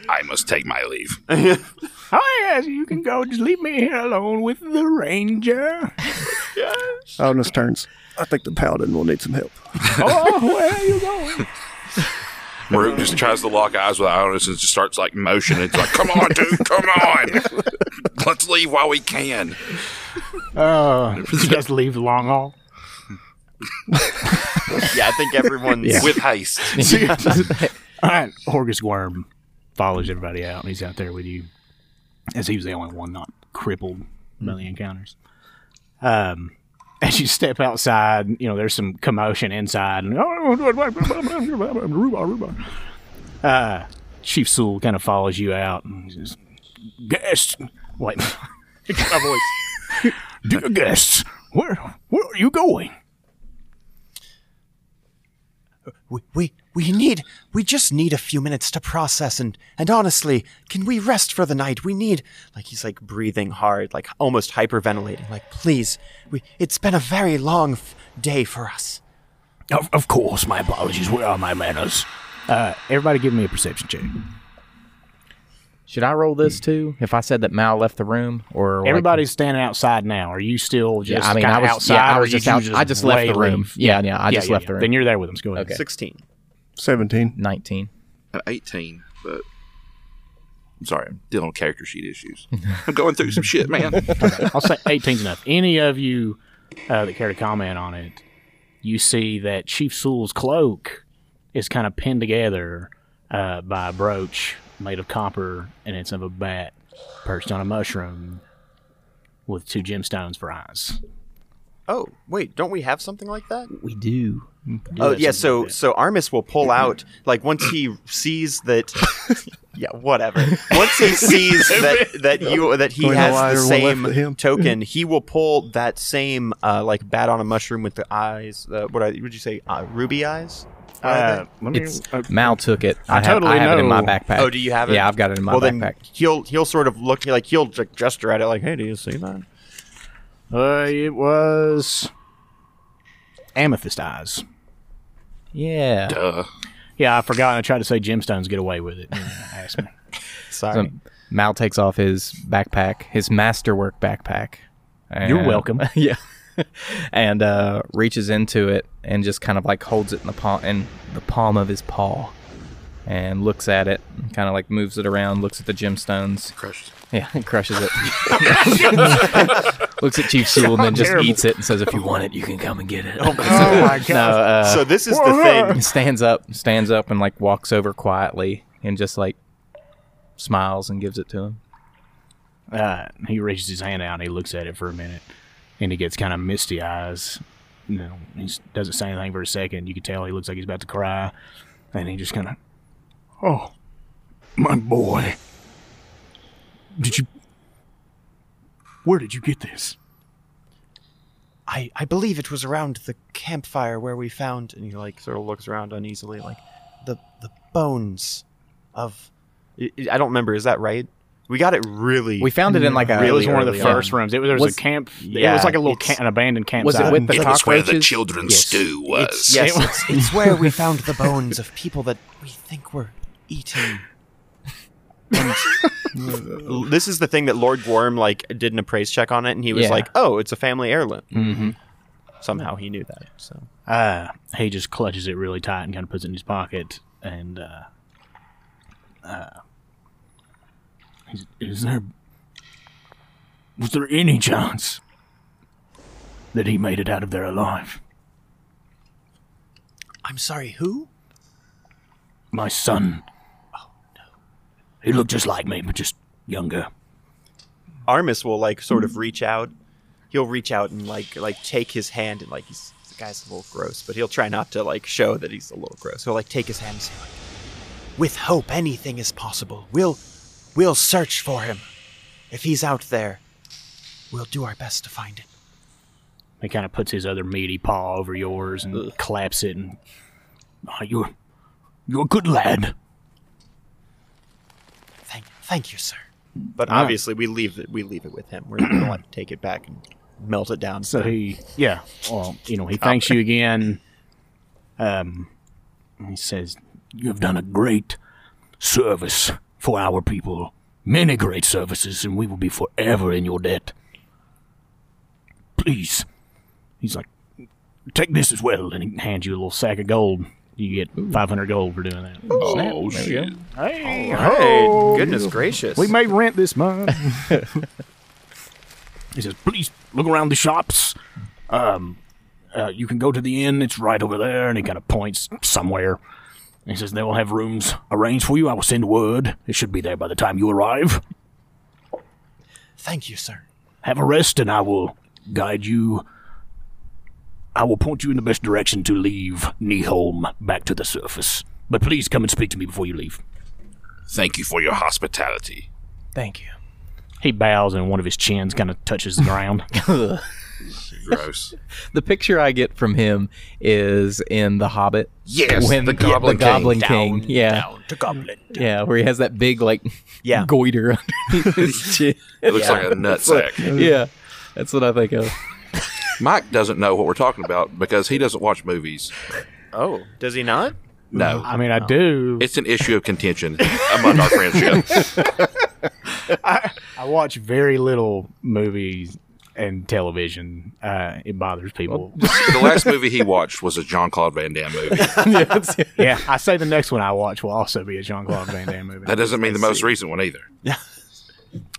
S6: I must take my leave.
S1: Oh, yes, you can go. Just leave me here alone with the ranger.
S5: Aldous turns. I think the paladin will need some help.
S1: Oh, where are you going?
S6: Maruk just tries to lock eyes with Ionis and just starts like motioning. It's like, come on, dude, come on. Let's leave while we can.
S1: Uh, just leave the long haul.
S3: yeah, I think everyone's
S6: With haste.
S1: All right, Horgus Worm follows everybody out, and he's out there with you, as he was the only one not crippled by the encounters. Um, as you step outside, you know there's some commotion inside, and uh, Chief Sewell kind of follows you out, and he says, "Guests, wait, my voice, dear guests, where where are you going?"
S7: We, we, we need, we just need a few minutes to process and, and honestly, can we rest for the night? We need,
S3: like he's like breathing hard, like almost hyperventilating. Like,
S7: like, please, we, it's been a very long f- day for us.
S1: Of, of course, my apologies. Where are my manners? Uh, everybody, give me a perception check.
S2: Should I roll this too? If I said that Mal left the room, or like-
S1: Everybody's standing outside now. Are you still just?
S2: yeah, I mean,
S1: kinda
S2: I was,
S1: outside.
S2: yeah, I
S1: or
S2: was
S1: you
S2: just, out, I just left the
S1: way
S2: room.
S1: leave?
S2: Yeah, yeah, I
S1: Yeah,
S2: just
S1: yeah,
S2: left
S1: yeah.
S2: the room.
S1: Then you're there with them. So go ahead.
S2: Okay.
S3: 16.
S5: 17.
S2: nineteen.
S4: At 18, but I'm sorry, I'm dealing with character sheet issues. I'm going through some shit, man.
S1: I'll say 18's enough. Any of you uh, that care to comment on it, you see that Chief Sewell's cloak is kind of pinned together uh, by a brooch made of copper, and it's of a bat perched on a mushroom with two gemstones for eyes.
S3: oh, wait, don't we have something like that?
S2: We do.
S3: Oh yeah, so so Armis will pull out like once he sees that. yeah, whatever. Once he sees that that you that he
S5: Going to lie,
S3: has the
S5: everyone left
S3: same
S5: but him.
S3: token, he will pull that same uh, like bat on a mushroom with the eyes. Uh, what I, would you say? Uh, ruby eyes.
S1: Uh, let me,
S2: It's
S1: uh,
S2: Mal took it. I, have,
S1: totally
S2: I have it in my
S1: know.
S2: backpack.
S3: Oh, do you have it?
S2: Yeah, I've got it in my
S3: well,
S2: backpack.
S3: then he'll he'll sort of look like he'll like, gesture at it like, "Hey, do you see that?"
S1: Uh, it was amethyst eyes.
S2: yeah.
S6: Duh.
S1: Yeah, I forgot. I tried to say gemstones. Get away with it. You know, ask me.
S2: So
S3: Sorry.
S2: Mal takes off his backpack, his masterwork backpack.
S1: You're
S2: and-
S1: welcome.
S2: yeah. and uh, reaches into it and just kind of like holds it in the palm in the palm of his paw, and looks at it, kind of like moves it around, looks at the gemstones.
S6: Crushed.
S2: Yeah, and crushes it. looks at Chief Sewell and then just eats it and says, "If you want it, you can come and get it."
S3: oh my god.
S2: no, uh,
S3: So this is the thing.
S2: he stands up, stands up, and like walks over quietly and just like smiles and gives it to him.
S1: Uh, he reaches his hand out. and He looks at it for a minute, and he gets kind of misty eyes. You know, he s- doesn't say anything for a second. You can tell he looks like he's about to cry, and he just kind of, oh, my boy, did you? Where did you get this?
S7: I, I believe it was around the campfire where we found and he like sort of looks around uneasily like
S3: The, the,
S7: bones of
S3: I- I don't remember. Is that right? We got it really.
S2: We found it in like a.
S1: it was one of the
S3: early
S1: first rooms. It was, there was,
S2: Was-
S1: a camp. it
S3: yeah,
S1: was like a little
S3: it's-
S1: ca- an abandoned campsite.
S2: Was it with the
S6: It was where the
S2: cockroaches?
S6: children's stew was.
S3: yes,
S1: It
S3: it's-
S7: it's where we found the bones of people that we think were eaten.
S3: this is the thing that Lord Gorm like did an appraise check on it, and he was
S2: Yeah.
S3: like, "Oh, it's a family heirloom."
S2: Mm-hmm.
S3: Somehow he knew that. So
S1: Uh, he just clutches it really tight and kind of puts it in his pocket. And uh, uh, is, is there was there any chance that he made it out of there alive?
S7: I'm sorry, who?
S1: My son. Oh no! He looked just like me, but just younger.
S3: Armis will like sort of reach out. He'll reach out and like like take his hand and like he's the guy's a little gross, but he'll try not to like show that he's a little gross. He'll like take his hand and say, like,
S7: With hope anything is possible. We'll we'll search for him. If he's out there, we'll do our best to find him.
S1: He kind of puts his other meaty paw over yours and claps it. And oh, you're you're a good lad.
S7: Thank thank you, sir.
S3: but obviously we leave it we leave it with him. We're not gonna like take it back and melt it down.
S1: So he, yeah, well, you know, he thanks you again. Um, he says, "You have done a great service for our people, many great services, and we will be forever in your debt." Please, he's like, "Take this as well," and he hands you a little sack of gold. You get five hundred gold for doing that.
S6: Oh, shit.
S1: Hey,
S7: Oh.
S3: Hey, goodness gracious!
S1: we may rent this month. he says, please look around the shops. Um, uh, you can go to the inn. It's right over there. And he kind of points somewhere. He says, they will have rooms arranged for you. I will send word. It should be there by the time you arrive.
S7: Thank you, sir.
S1: Have a rest, and I will guide you. I will point you in the best direction to leave Niholm back to the surface. But please come and speak to me before you leave.
S6: Thank you for your hospitality.
S2: Thank you.
S1: He bows, and one of his chins kind of touches the ground.
S6: Gross.
S2: The picture I get from him is in The Hobbit.
S6: Yes, the
S2: yeah, the
S6: Goblin King.
S2: Goblin King. yeah,
S7: To Goblin.
S2: yeah, where he has that big like
S3: Yeah.
S2: goiter underneath his chin.
S6: It looks like a nutsack.
S2: yeah, that's what I think of.
S6: Mike doesn't know what we're talking about because he doesn't watch movies.
S3: oh, does he not?
S6: No.
S1: I mean, I do.
S6: It's an issue of contention among our friendship.
S1: I watch very little movies and television. Uh, it bothers people.
S6: the last movie he watched was a John Claude Van Damme movie.
S2: yeah, that's-
S1: yeah, I say the next one I watch will also be a Jean Claude Van Damme movie.
S6: That doesn't mean the most recent one either.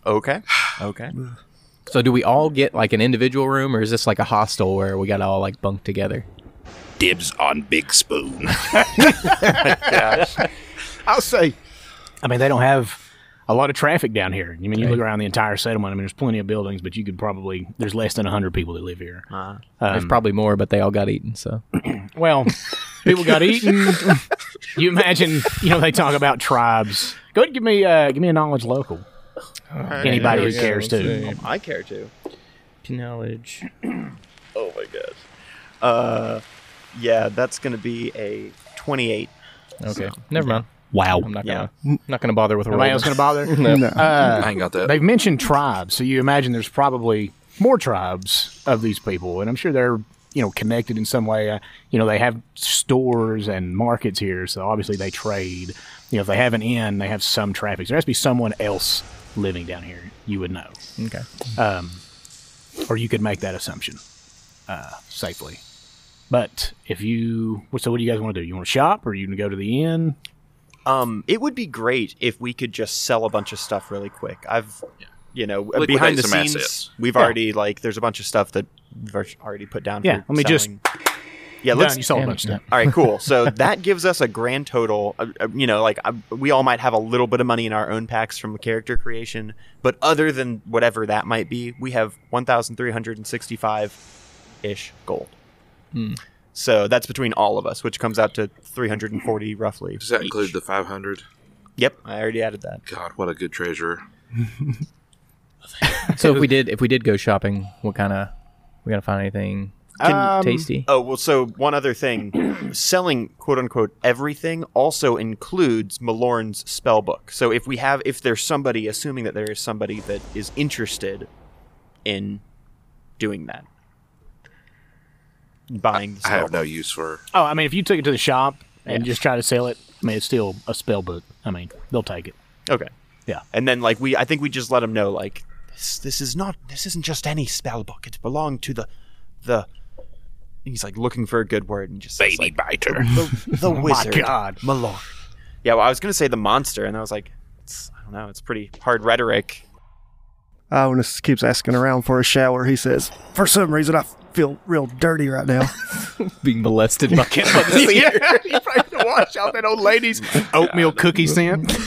S3: Okay, okay.
S2: so, do we all get like an individual room, or is this like a hostel where we got all like bunked together?
S6: Dibs on Big Spoon.
S1: I'll say. I mean, they don't have a lot of traffic down here. I mean, you look around the entire settlement. I mean, there's plenty of buildings, but you could probably there's less than hundred people that live here. Um,
S5: Um,
S2: There's probably more, but they all got eaten. So,
S1: Well, people got eaten. you imagine, you know, they talk about tribes. Go ahead, and give me, uh, give me a knowledge local. Anybody who cares to.
S3: Oh, I care too.
S2: knowledge.
S3: Oh my gosh. Uh, yeah, that's gonna be a twenty-eight.
S2: Okay, never mind.
S1: Wow.
S2: I'm not
S3: Yeah.
S2: gonna not gonna bother with Uh, a roll.
S1: Nobody else gonna bother. Uh,
S5: No.
S6: I ain't got that.
S1: They've mentioned tribes, so you imagine there's probably more tribes of these people, and I'm sure they're you know connected in some way. Uh, you know, they have stores and markets here, so obviously they trade. You know, if they have an inn, they have some traffic. So there has to be someone else living down here. You would know, Um,
S2: Okay.
S1: or you could make that assumption uh, safely. But if you, so what do you guys want to do? You want to shop, or you want to go to the inn?
S3: Um, it would be great if we could just sell a bunch of stuff really quick. I've, you know,
S4: Liquidate
S3: behind the
S4: some
S3: scenes,
S4: assets.
S3: we've already like there's a bunch of stuff that we've already put down.
S1: Yeah,
S3: for
S1: let me just-
S3: selling. Yeah, let's
S1: Done, you sold a bunch of stuff.
S3: all right, cool. So that gives us a grand total. uh, uh, You know, like uh, we all might have a little bit of money in our own packs from character creation, but other than whatever that might be, we have 1,365 ish gold.
S4: Hmm.
S3: So that's between all of us, which comes out to 340 roughly.
S4: Does that include the 500?
S3: Yep, I already added that.
S4: God, what a good treasurer.
S2: So if we did if we did go shopping, what kind of we gonna find anything can,
S3: Um,
S2: tasty?
S3: Oh well, so one other thing, selling quote unquote everything also includes Malorn's spell book. So if we have, if there's somebody, assuming that there is somebody that is interested in doing that, buying the
S4: I
S3: spell
S4: have no
S3: book.
S4: use for.
S1: Oh, I mean, if you took it to the shop and just try to sell it, I mean, it's still a spell book. I mean, they'll take it.
S3: Okay,
S1: Yeah.
S3: and then like we, I think we just let them know like
S7: This, this is not. This isn't just any spell book. It belonged to the, the,
S3: he's like looking for a good word and just says,
S6: Baby
S3: like,
S6: biter. Oh
S7: the, the wizard.
S1: God.
S7: Malor.
S3: yeah, well, I was gonna say the monster, and I was like, it's, I don't know, it's pretty hard rhetoric.
S5: Ionis keeps asking around for a shower. He says, For some reason, I feel real dirty right now.
S2: Being molested by
S1: you probably should wash out that old lady's oatmeal cookie scent.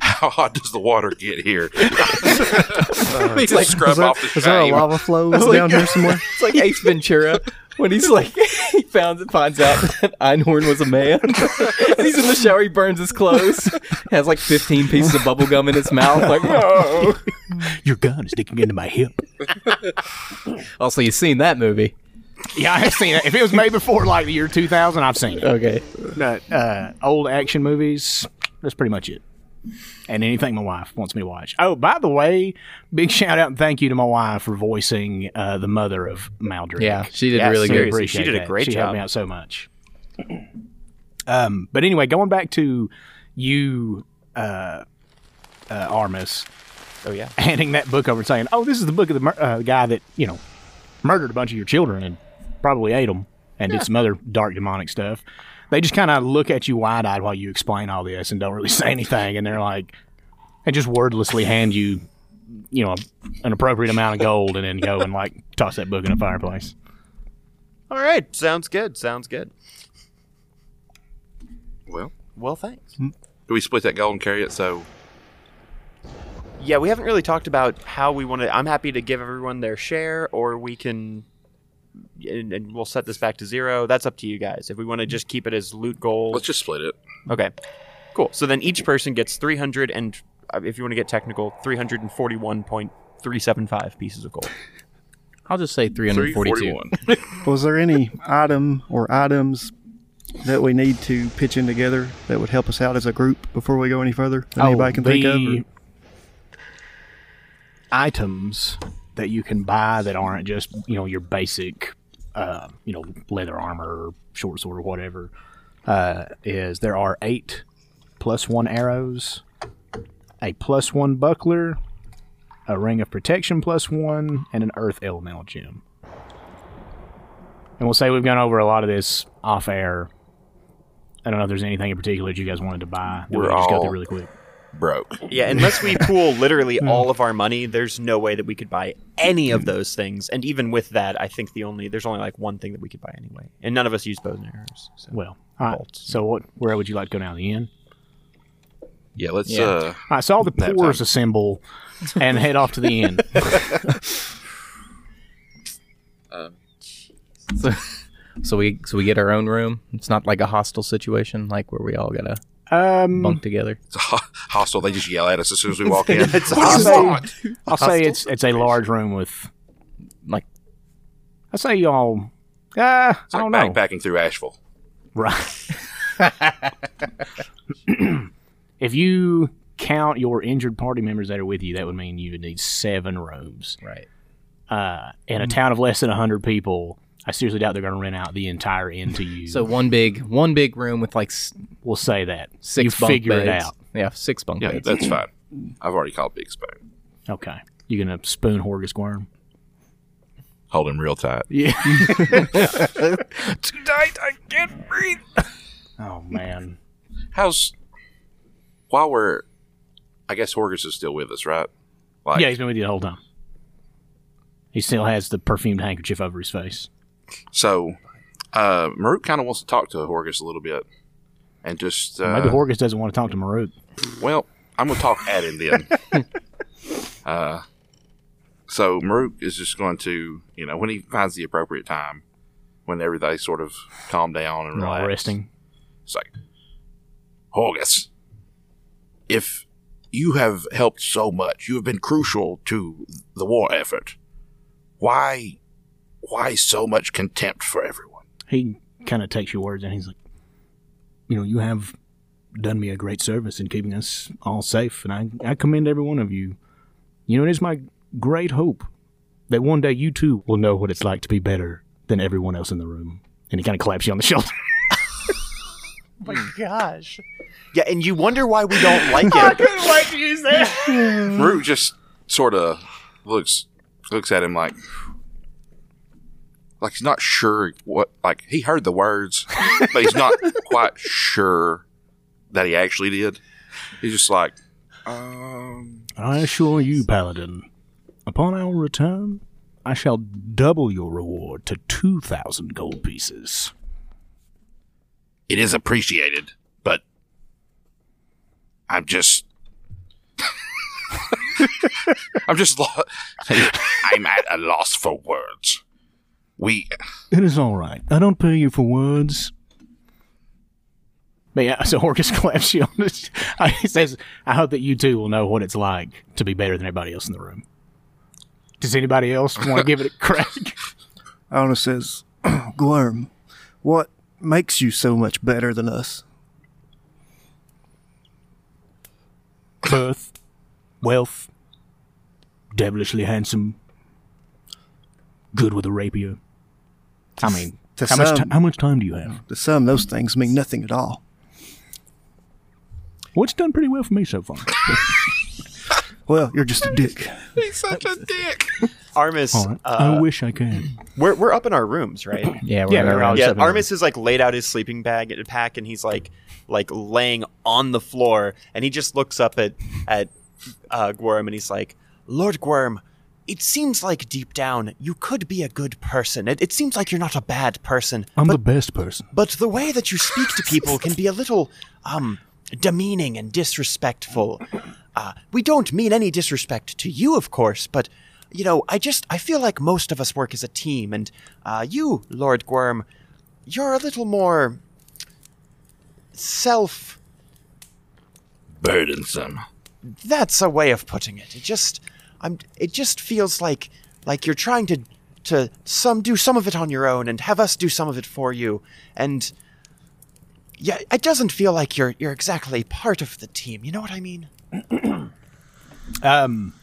S4: How hot does the water get here?
S2: Uh,
S4: I need to
S5: uh,
S4: scrub
S5: is there,
S4: off the
S5: is there a
S4: shame.
S5: lava flow down here somewhere?
S2: It's like Ace Ventura when he's like he founds finds out that Einhorn was a man. and he's in the shower, he burns his clothes, has like fifteen pieces of bubble gum in his mouth, like whoa.
S1: Your gun is sticking into my hip.
S2: Also, you've seen that movie.
S1: Yeah, I have seen it. If it was made before like the year 2000, I've seen it.
S2: Okay.
S1: But, uh, old action movies, that's pretty much it. And anything my wife wants me to watch. Oh, by the way, big shout out and thank you to my wife for voicing uh, the mother of Maldrick.
S2: Yeah, she did
S3: Yeah,
S2: really
S3: seriously.
S2: good.
S1: Appreciate
S3: She did a
S1: that.
S3: great
S1: she
S3: job.
S1: helped me out so much. Um, but anyway, going back to you, uh, uh, Armis,
S3: Oh yeah,
S1: handing that book over and saying, "Oh, this is the book of the mur- uh, guy that you know murdered a bunch of your children and probably ate them and did some other dark demonic stuff." They just kind of look at you wide eyed while you explain all this and don't really say anything, and they're like, and just wordlessly hand you, you know, an appropriate amount of gold, and then go and like toss that book in a fireplace.
S3: all right, sounds good, sounds good.
S4: Well,
S3: Well, thanks.
S4: do we split that gold and carry it? So
S3: Yeah, we haven't really talked about how we want to. I'm happy to give everyone their share, or we can, and, and we'll set this back to zero. That's up to you guys. If we want to just keep it as loot gold,
S4: let's just split it.
S3: okay, cool. So then each person gets 300 and, uh, if you want to get technical, 341.375 pieces of gold.
S2: I'll just say 342.
S4: 341.
S5: Was there any item or items that we need to pitch in together that would help us out as a group before we go any further
S7: Oh,
S5: that anybody can think of?
S1: the
S5: or-
S1: items that you can buy that aren't just you know your basic uh, you know leather armor or short sword or whatever uh, is there are eight plus one arrows a plus one buckler a ring of protection plus one and an earth elemental gem and we'll say we've gone over a lot of this off air i don't know if there's anything in particular that you guys wanted to buy that we
S4: We're
S1: can just go
S4: all-
S1: through really quick
S4: Broke.
S3: Yeah, unless we pool literally
S8: Hmm.
S3: all of our money, there's no way that we could buy any of those things. And even with that, I think the only there's only like one thing that we could buy anyway, and none of us use bows and arrows. So.
S1: Well, all right.
S3: Bolts.
S1: So, what? Where would you like to go now? The end.
S4: Yeah, let's.
S2: Yeah.
S4: uh
S1: I saw the
S4: Nap
S1: pores
S4: time.
S1: assemble and head off to the end.
S2: So, so we so we get our own room. It's not like a hostile situation, like where we all gotta
S1: Um,
S2: bunk together.
S4: It's ho- hostile. They just yell at us as soon as we walk in.
S3: It's
S4: what do you
S1: hostile.
S4: want?
S1: I'll say it's it's a large room with
S2: Like-
S1: I say y'all. Uh,
S4: It's
S1: I don't
S4: like
S1: know.
S4: backpacking through Asheville.
S1: Right. if you count your injured party members that are with you, that would mean you would need seven rooms.
S2: Right.
S1: Uh, in a town of less than hundred people, I seriously doubt they're going to rent out the entire inn to you.
S2: So one big one big room with like s-
S1: we'll say that
S2: six
S1: you
S2: bunk
S1: figure
S2: beds.
S1: it out.
S2: Yeah, six bunk
S4: Yeah,
S2: beds.
S4: that's fine. I've already called Big Spoon.
S1: Okay. You gonna spoon Horgus Worm?
S4: Hold him real tight.
S1: Yeah. Tonight I can't breathe. Oh man.
S4: How's while we're, I guess Horgus is still with us, right? Like,
S7: yeah, he's been with you the whole time. He still has the perfumed handkerchief over his face.
S4: So, uh, Maruk kind of wants to talk to Horgus a little bit, and just uh,
S7: Maybe Horgus doesn't want to talk to Marut.
S4: Well, I'm gonna talk at him then. uh, so Maruk is just going to, you know, when he finds the appropriate time, when everything's sort of calmed down and
S7: They're all
S4: relaxed,
S7: resting.
S4: It's like, Horgus, if you have helped so much, you have been crucial to the war effort. Why, why so much contempt for everyone?
S7: He kind of takes your words and he's like, you know, you have done me a great service in keeping us all safe, and I, I commend every one of you. You know, it is my great hope that one day you too will know what it's like to be better than everyone else in the room. And he kind of claps you on the shoulder.
S3: my
S9: Hmm.
S3: gosh.
S1: Yeah, and you wonder why we don't like it.
S7: Oh, couldn't wait to use that.
S4: Rue just sort of looks looks at him like like he's not sure what like he heard the words, but he's not quite sure that he actually did. He's just like, um,
S7: I assure you, Paladin, upon our return, I shall double your reward to 2,000 gold pieces.
S9: It is appreciated, but I'm just
S4: I'm just lo-
S9: I'm at a loss for words.
S4: we
S7: It is all right. I don't pay you for words. But yeah, so Orcus claps you on the. He says, "I hope that you too will know what it's like to be better than everybody else in the room." Does anybody else want to give it a crack?
S5: Ona says, Glurm, what makes you so much better than us?
S7: Birth, wealth, devilishly handsome, good with a rapier. I mean,
S5: to
S7: how much
S5: some-
S7: ti- how much time do you have?
S5: To some, those things mean nothing at all.
S7: What's done pretty well for me so far?
S5: Well, you're just a dick.
S9: He's such a dick.
S1: Armis,
S7: All right. I
S1: uh,
S7: wish I could.
S1: we're we're up in our rooms, right?
S8: Yeah, we're
S7: Yeah,
S8: in
S7: they're
S8: our
S7: all
S8: rooms.
S7: just-
S1: yeah,
S7: up in-
S1: Armis is like laid out his sleeping bag
S3: uh,
S1: at a pack, and he's like like laying on the floor, and he just looks up at at uh, Gwurm, and he's like,
S3: Lord Gworm, it seems like deep down you could be a good person. It, it seems like you're not a bad person,
S7: I'm the best person.
S3: but the way that you speak to people can be a little, um, demeaning and disrespectful. Uh, we don't mean any disrespect to you, of course, but, you know, I just, I feel like most of us work as a team, and, uh, you, Lord Gworm, you're a little more self.
S9: Burdensome.
S3: that's a way of putting it. It just, I'm. It just feels like like you're trying to to some do some of it on your own and have us do some of it for you. And yeah, it doesn't feel like you're you're exactly part of the team. You know what I mean?
S7: Um,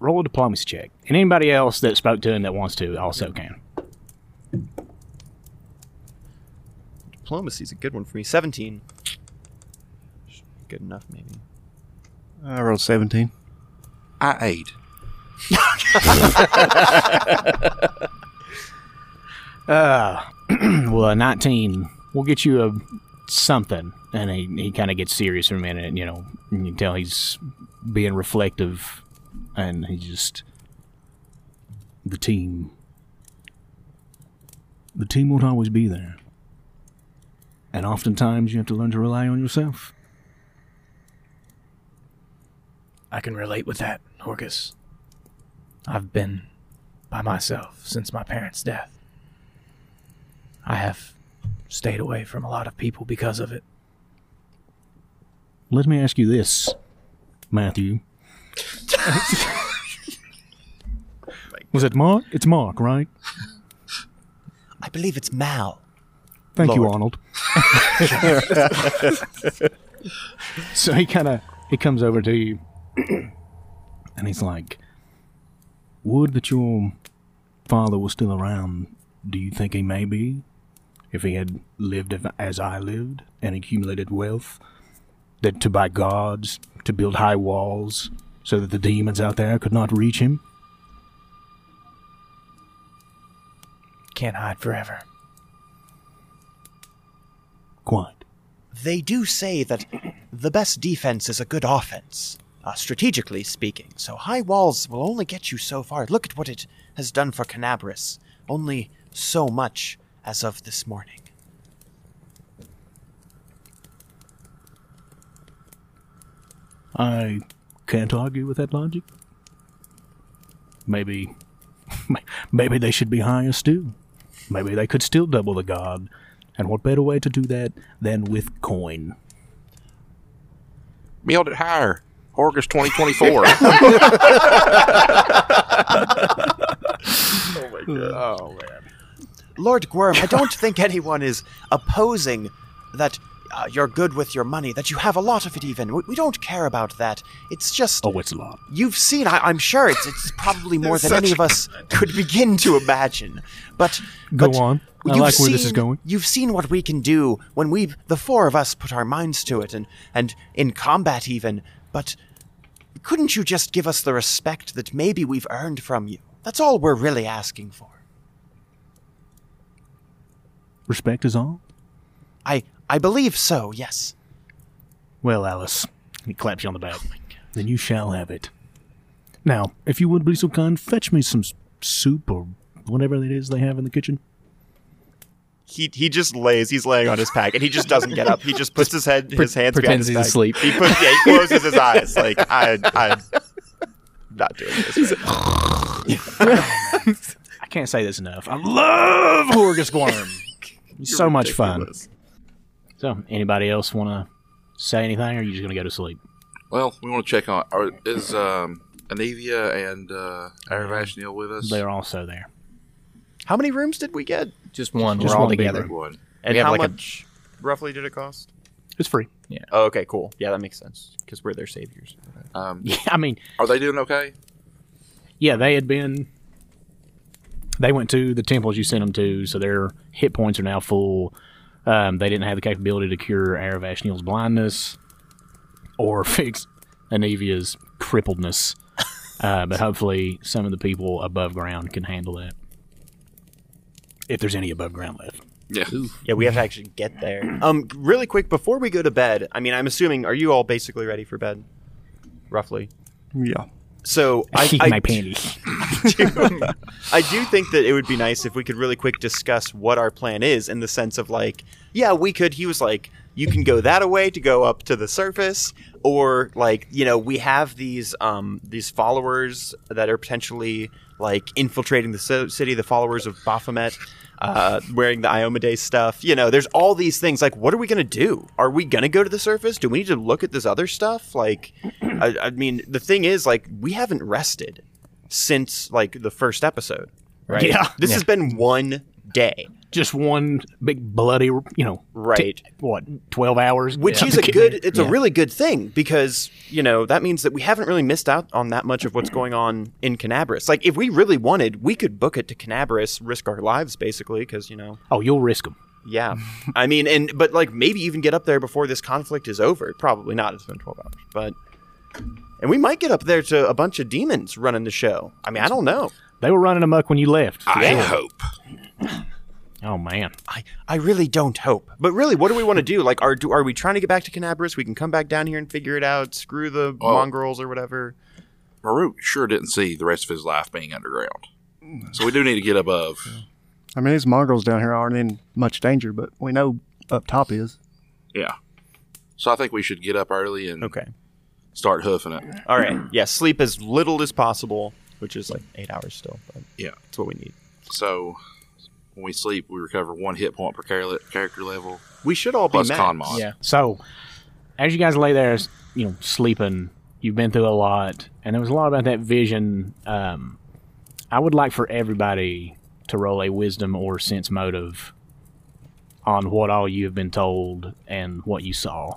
S7: roll a diplomacy check. And anybody else that spoke to him that wants to also can.
S1: "Diplomacy's a good one for me." Seventeen, good enough, maybe.
S5: I rolled 17.
S4: I aid.
S7: Uh, Well, a 19 will get you a something. And he, he kind of gets serious for a minute, you know. And you can tell he's being reflective. And he just. The team. The team won't always be there. And oftentimes you have to learn to rely on yourself.
S10: I can relate with that, Horcus. I've been by myself since my parents' death. I have stayed away from a lot of people because of it.
S7: Let me ask you this, Matthew. Was it Mark? It's Mark, right?
S3: I believe it's Mal.
S7: Thank you,
S3: Lord.
S7: Arnold. so he kind of he comes over to you, and he's like, "Would that your father was still around. Do you think he may be? If he had lived av- as I lived and accumulated wealth, that to buy guards, to build high walls, so that the demons out there could not reach him."
S10: Can't hide forever.
S7: Quite. they do say that the best defense is a good offense, uh, strategically speaking. So high walls will only get you so far. Look at what it has done for Canabras. Only so much as of this morning.
S1: I can't argue with that logic. Maybe, maybe they should be higher still. Maybe they could still double the guard. And what better way to do that than with coin?
S4: Mailed it higher. August 2024.
S7: Lord Gwyrm, I don't think anyone is opposing that uh, you're good with your money, that you have a lot of it even. We, we don't care about that. It's just,
S1: Oh, it's a lot.
S7: you've seen, I, I'm sure it's, it's probably more than any of us could begin to imagine. But
S1: Go
S7: but
S1: on. I
S7: you've
S1: like where this is
S7: seen-
S1: going.
S7: You've seen what we can do when we, the four of us, put our minds to it, and, and in combat even. But couldn't you just give us the respect that maybe we've earned from you? That's all we're really asking for.
S1: Respect is all.
S7: I I believe so. Yes.
S1: Well, Alice, and he claps you on the back. then you shall have it. Now, if you would be so kind, fetch me some s- soup or whatever it is they have in the kitchen.
S3: He he just lays. He's laying on his pack, and he just doesn't get up. He just puts his head, his hands behind
S2: pretends he's
S3: his back.
S2: asleep.
S3: He puts, yeah, he closes his eyes. Like I, I'm not doing this. right now.
S1: I can't say this enough. I love Horgus Worm. He's so much fun. So, anybody else want to say anything, or are you just going to go to sleep?
S4: well, we want to check on. Are, is um, Anivia and uh, Aravashnil with us?
S1: They're also there.
S3: How many rooms did we get?
S2: Just one.
S1: Just
S2: We're all
S1: one big
S2: together.
S4: One.
S3: And
S2: have
S3: how
S2: like a-
S3: much roughly did it cost?
S1: It's free.
S3: Oh, okay, cool. Yeah, that makes sense because we're their saviors.
S4: Um,
S1: Yeah, I mean,
S4: are they doing okay?
S1: yeah, they had been. They went to the temples you sent them to, so their hit points are now full. Um, they didn't have the capability to cure Aravashnil's blindness or fix Anevia's crippledness. Uh, but hopefully, some of the people above ground can handle that. If there's any above ground left.
S4: Yeah.
S3: Yeah, we have to actually get there. Um, really quick before we go to bed. I mean, I'm assuming are you all basically ready for bed? Roughly.
S5: Yeah.
S3: So I, I,
S1: my panties.
S3: do, I do think that it would be nice if we could really quick discuss what our plan is in the sense of like, yeah, we could. He was like, you can go that away to go up to the surface, or like, you know, we have these um these followers that are potentially like infiltrating the ci- city, the followers of Baphomet. Uh, wearing the Iomade stuff, you know. There's all these things. Like, what are we gonna do? Are we gonna go to the surface? Do we need to look at this other stuff? Like, I, I mean, the thing is, like, we haven't rested since like the first episode, right?
S1: Yeah.
S3: This has been one day,
S1: Just one big bloody, you know,
S3: right?
S1: what, 12 hours?
S3: Which is a good it's a really good thing because, you know, that means that we haven't really missed out on that much of what's going on in Canabras. Like if we really wanted, we could book it to Canabras, risk our lives basically because, you know,
S1: Oh, you'll risk them.
S3: yeah. I mean, and but like maybe even get up there before this conflict is over. Probably not, it's been 12 hours, but and we might get up there to a bunch of demons running the show. I mean, I don't know.
S1: They were running amok when you left.
S6: I hope.
S1: Oh, man.
S7: I I really don't hope.
S3: But really, what do we want to do? Like, are do, are we trying to get back to Canabras? We can come back down here and figure it out. Screw the
S4: Oh.
S3: Mongrels or whatever.
S4: Marut sure didn't see the rest of his life being underground. So we do need to get above.
S5: I mean, these mongrels down here aren't in much danger, but we know up top is.
S4: Yeah. So I think we should get up early and
S3: Okay.
S4: start hoofing it.
S3: All right. Yeah. Sleep as little as possible, which is like eight hours still. But
S4: Yeah.
S3: that's what we need.
S4: So when we sleep, we recover one hit point per char- character level
S3: We should all
S4: plus
S3: be
S4: con
S3: mad.
S4: mod.
S2: Yeah.
S1: So, as you guys lay there, s- you know, sleeping, you've been through a lot, and there was a lot about that vision. Um, I would like for everybody to roll a wisdom or sense motive on what all you have been told and what you saw.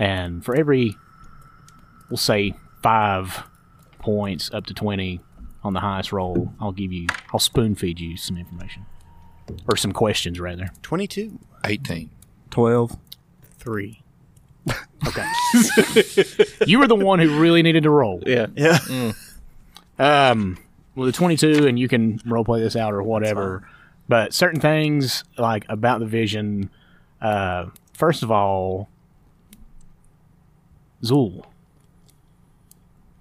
S1: And for every, we'll say, five points up to 20 on the highest roll, I'll give you, I'll spoon feed you some information. Or some questions, rather.
S3: Twenty-two.
S4: 18.
S5: 12.
S1: Three. Okay. you were the one who really needed to roll. Yeah.
S3: Yeah.
S1: Um, well, the 22, and you can roleplay this out or whatever. But certain things, like about the vision, uh, First of all, Zool.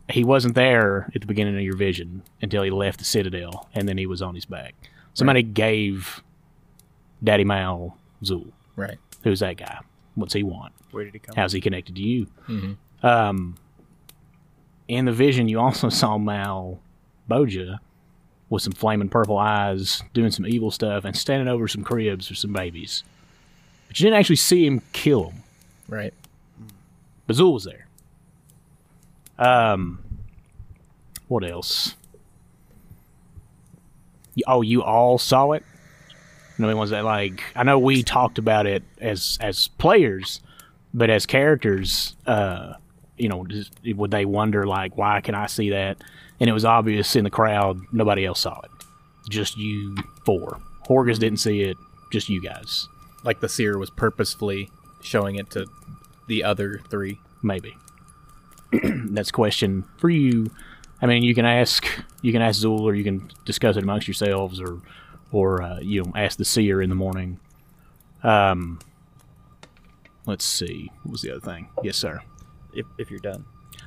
S1: He wasn't there at the beginning of your vision until he left the Citadel, and then he was on his back. Somebody gave Daddy Mal Zool.
S2: Right.
S1: Who's that guy? What's he want?
S10: Where did he come?
S1: How's he connected to you? Um, in the vision, you also saw Mal Boja with some flaming purple eyes, doing some evil stuff, and standing over some cribs or some babies. But you didn't actually see him kill them.
S2: Right.
S1: Bazul was there. Um, what else? Y- Oh, you all saw it. You know, the ones that like I know we talked about it as as players, but as characters, uh, you know, just, would they wonder like why can I see that? And it was obvious in the crowd, nobody else saw it. Just you four. Horgas didn't see it. Just you guys,
S2: Like the seer was purposefully showing it to the other three.
S1: maybe. That's a question for you. I mean, you can ask you can ask Zool, or you can discuss it amongst yourselves, or or uh, you know, ask the seer in the morning. Um, let's see, what was the other thing? Yes, sir.
S7: If, if you're done.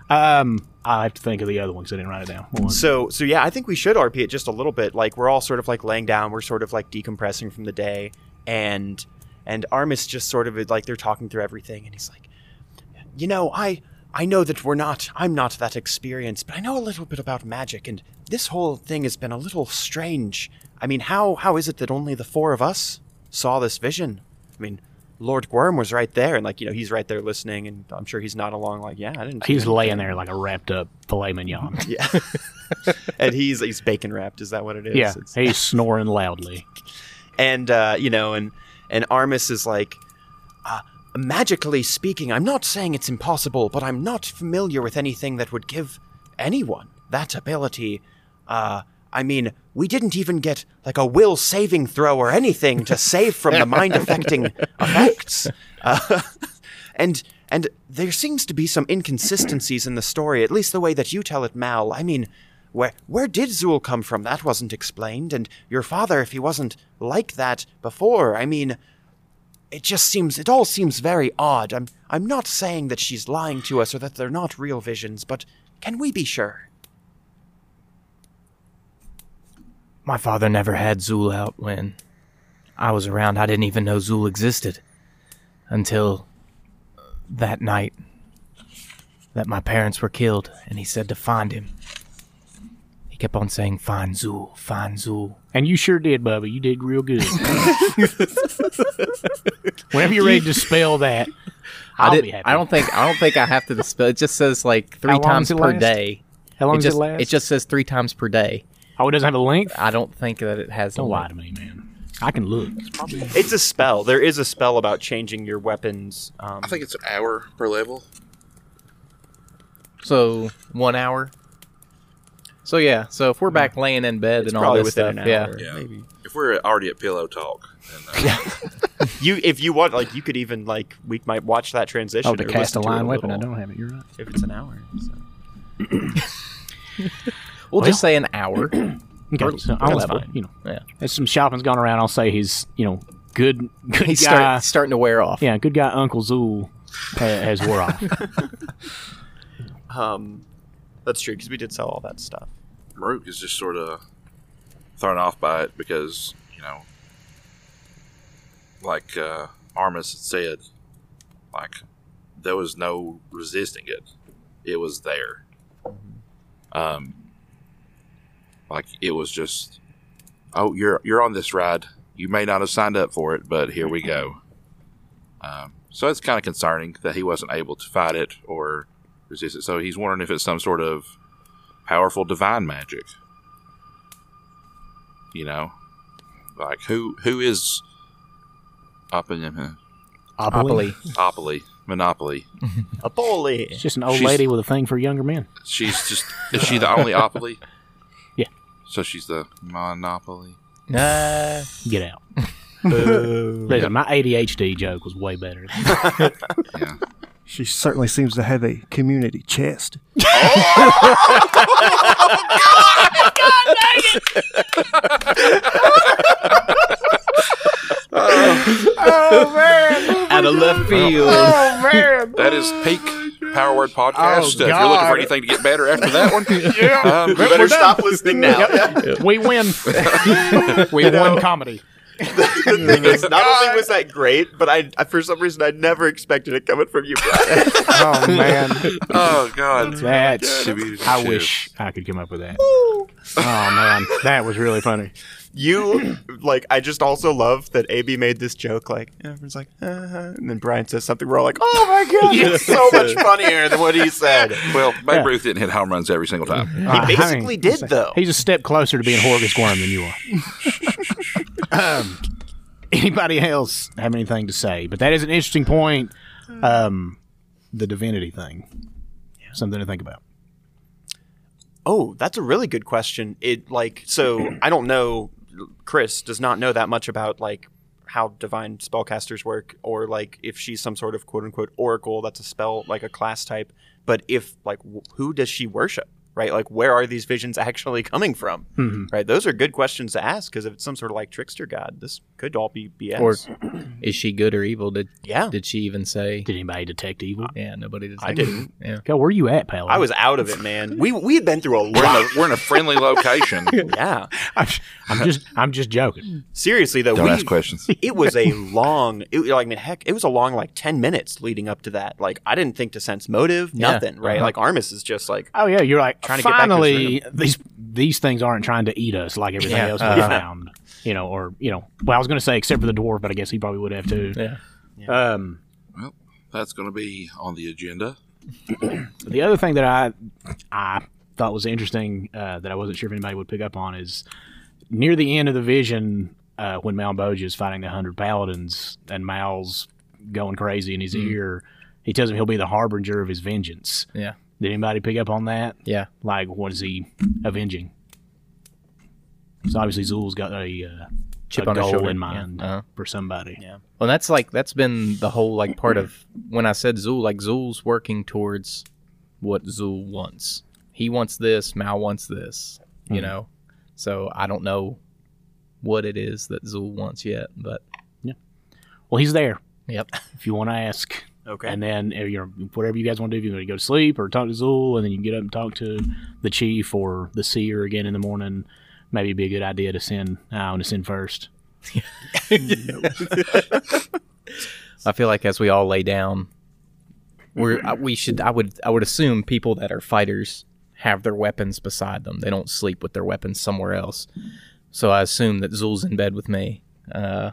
S1: Um, I have to think of the other one because I didn't write it down. Hold on.
S3: So so yeah, I think we should RP it just a little bit. Like we're all sort of like laying down, we're sort of like decompressing from the day, and and Armis just sort of like they're talking through everything, and he's like, you know, I I know that we're not I'm not that experienced, but I know a little bit about magic, and this whole thing has been a little strange. I mean, how how is it that only the four of us saw this vision? I mean. Lord Gwyrm was right there, and like you know, he's right there listening, and I'm sure he's not along. Like, yeah, I didn't. see
S1: He's
S3: anything."
S1: laying there like a wrapped up filet mignon.
S3: Yeah. and he's he's bacon wrapped. Is that what it is?
S1: yeah,
S3: It's-
S1: he's snoring loudly.
S3: and uh, you know, and and Armis is like, uh, magically speaking, I'm not saying it's impossible, but I'm not familiar with anything that would give anyone that ability. Uh, I mean, we didn't even get like a will saving throw or anything to save from the mind affecting effects. Uh, and and there seems to be some inconsistencies in the story, at least the way that you tell it, Mal. I mean, where where did Zool come from? That wasn't explained. And your father, if he wasn't like that before, I mean, it just seems it all seems very odd. I'm I'm not saying that she's lying to us or that they're not real visions, but can we be sure?
S10: My father never had Zool out when I was around. I didn't even know Zool existed until that night that my parents were killed, and he said to find him. He kept on saying, Find Zool, find Zool.
S1: And you sure did, Bubba. You did real good. Whenever you're ready to spell that, I'll
S2: I
S1: be happy.
S2: I don't think. I don't think I have to dispel. It just says like three
S1: How long
S2: times
S1: does it
S2: per
S1: last?
S2: day.
S1: How long
S2: it
S1: does
S2: just,
S1: it last?
S2: just says three times per day.
S1: oh, it doesn't have a length.
S2: I don't think that it has. a
S1: Don't lie
S2: length.
S1: to me, man. I can look.
S3: It's a spell. There is a spell about changing your weapons. Um,
S4: I think it's an hour per level.
S2: So one hour. So yeah. So if we're back laying in bed
S3: it's
S2: and all
S3: probably
S2: this
S3: within
S2: stuff,
S3: an
S2: yeah.
S3: hour.
S4: Yeah.
S3: Maybe
S4: If we're already at pillow talk, then, uh,
S3: you if you want, like you could even like we might watch that transition.
S1: Oh, to
S3: or
S1: cast a
S3: listen to it
S1: line weapon. I
S3: little,
S1: don't have it. You're right.
S3: If it's an hour. So.
S2: We'll just say an hour.
S1: Okay, so I'll
S2: that's
S1: level.
S2: fine.
S1: You know,
S2: Yeah.
S1: there's some shopping's gone around. I'll say he's you know good good
S2: He's
S1: guy.
S2: start, starting to wear off.
S1: yeah, good guy. Uncle Zool ha- has wore off.
S3: Um, that's true because we did sell all that stuff.
S4: Maruk is just sort of thrown off by it because, you know, like uh, Armis had said, like, there was no resisting it. It was there. Um, like, it was just, oh, you're, you're on this ride. You may not have signed up for it, but here we go. Um, so it's kind of concerning that he wasn't able to fight it or resist it. So he's wondering if it's some sort of powerful divine magic. You know, like who who is up in uh,
S1: Opoly.
S4: Opoly, Monopoly?
S3: A bully.
S1: It's just an old
S4: She's-
S1: lady with a thing for younger men.
S4: She's just is she the only Opoly?
S1: Yeah.
S4: So she's the Monopoly.
S2: Nah.
S1: Get out. Listen, my ADHD joke was way better.
S5: Um,
S4: Yeah.
S5: She certainly seems to have a community chest.
S4: oh
S3: Oh
S2: Out of left field.
S6: That is peak Power Word
S3: Oh,
S6: podcast. if you're looking for
S1: God.
S6: anything to get better after that one, yeah, um, you
S3: Better
S6: better
S3: stop listening now.
S1: we win. we won comedy.
S3: the thing is, not only was that great, but I, I for some reason I never expected it coming from you, Brian.
S5: Oh man,
S6: Oh God,
S1: That's.
S6: Community
S1: I
S6: show.
S1: wish I could come up with that. oh man, that was really funny.
S3: you like I just also love that AB made this joke. Like everyone's like, uh-huh, and then Brian says something. We're all like, oh my god, it's so much funnier than what he said.
S6: Well, Babe Ruth didn't hit home runs every single time.
S1: Uh, I mean,
S3: basically did,
S1: he's a-
S3: though.
S1: He's a step closer to being Horgus Worm than you are. um, anybody else have anything to say? But that is an interesting point. Um, the divinity thing, something to think about.
S3: Oh, that's a really good question. It like so I don't know. Chris does not know that much about like how divine spellcasters work, or like if she's some sort of quote unquote oracle. That's a spell like a class type. But if like w- who does she worship? Right, like where are these visions actually coming from?
S6: Mm-hmm.
S3: Right, those are good questions to ask because if it's some sort of like trickster god, this could all be BS.
S2: Or is she good or evil? Did
S3: yeah,
S2: did she even say?
S1: Did anybody detect evil?
S2: Yeah, nobody did.
S3: I didn't.
S2: Yeah.
S1: Yo, where you at, pal?
S3: I was out of it, man. We we had been through a
S6: We're in
S3: lot.
S6: a, we're in a friendly location.
S3: yeah,
S1: I'm, I'm just, I'm just joking.
S3: seriously though,
S6: Don't
S3: we,
S6: ask questions.
S3: it was a long it, like, i mean heck it was a long like 10 minutes leading up to that like i didn't think to sense motive nothing right like armis is just like
S1: Oh yeah, you're like
S3: Trying to get back to this
S1: finally these these things aren't trying to eat us like everything else we
S3: uh-huh.
S1: found. You know, or you know, well, I was going to say except for the dwarf, but I guess he probably would have too.
S2: Yeah.
S1: Um,
S6: Well, that's going to be on the agenda.
S1: The other thing that I I thought was interesting uh, that I wasn't sure if anybody would pick up on is near the end of the vision uh, when Mal Boja is fighting the hundred paladins and Mal's going crazy in his
S2: Mm-hmm.
S1: ear. He tells him he'll be the harbinger of his vengeance.
S2: Yeah.
S1: Did anybody pick up on that?
S2: Yeah.
S1: Like, what is he avenging? So obviously Zul's got a, uh,
S2: Chip
S1: a
S2: on his
S1: goal
S2: shoulder.
S1: in
S2: Yeah.
S1: mind
S2: Uh-huh.
S1: for somebody. Yeah.
S2: Well, that's like that's been the whole like part of when I said Zool. Like Zool's working towards what Zool wants. He wants this. Mal wants this. You know. So I don't know what it is that Zool wants yet, but
S1: Well, he's there
S2: yep.
S1: if you want to ask.
S3: okay
S1: And then uh, you're, whatever you guys want to do, if you want to go to sleep or talk to Zool, and then you can get up and talk to the chief or the seer again in the morning, maybe it'd be a good idea to send Ion to send first.
S2: I feel like as we all lay down, we're I- we should I would I would assume people that are fighters have their weapons beside them. They don't sleep with their weapons somewhere else. So I assume that Zul's in bed with me. Uh,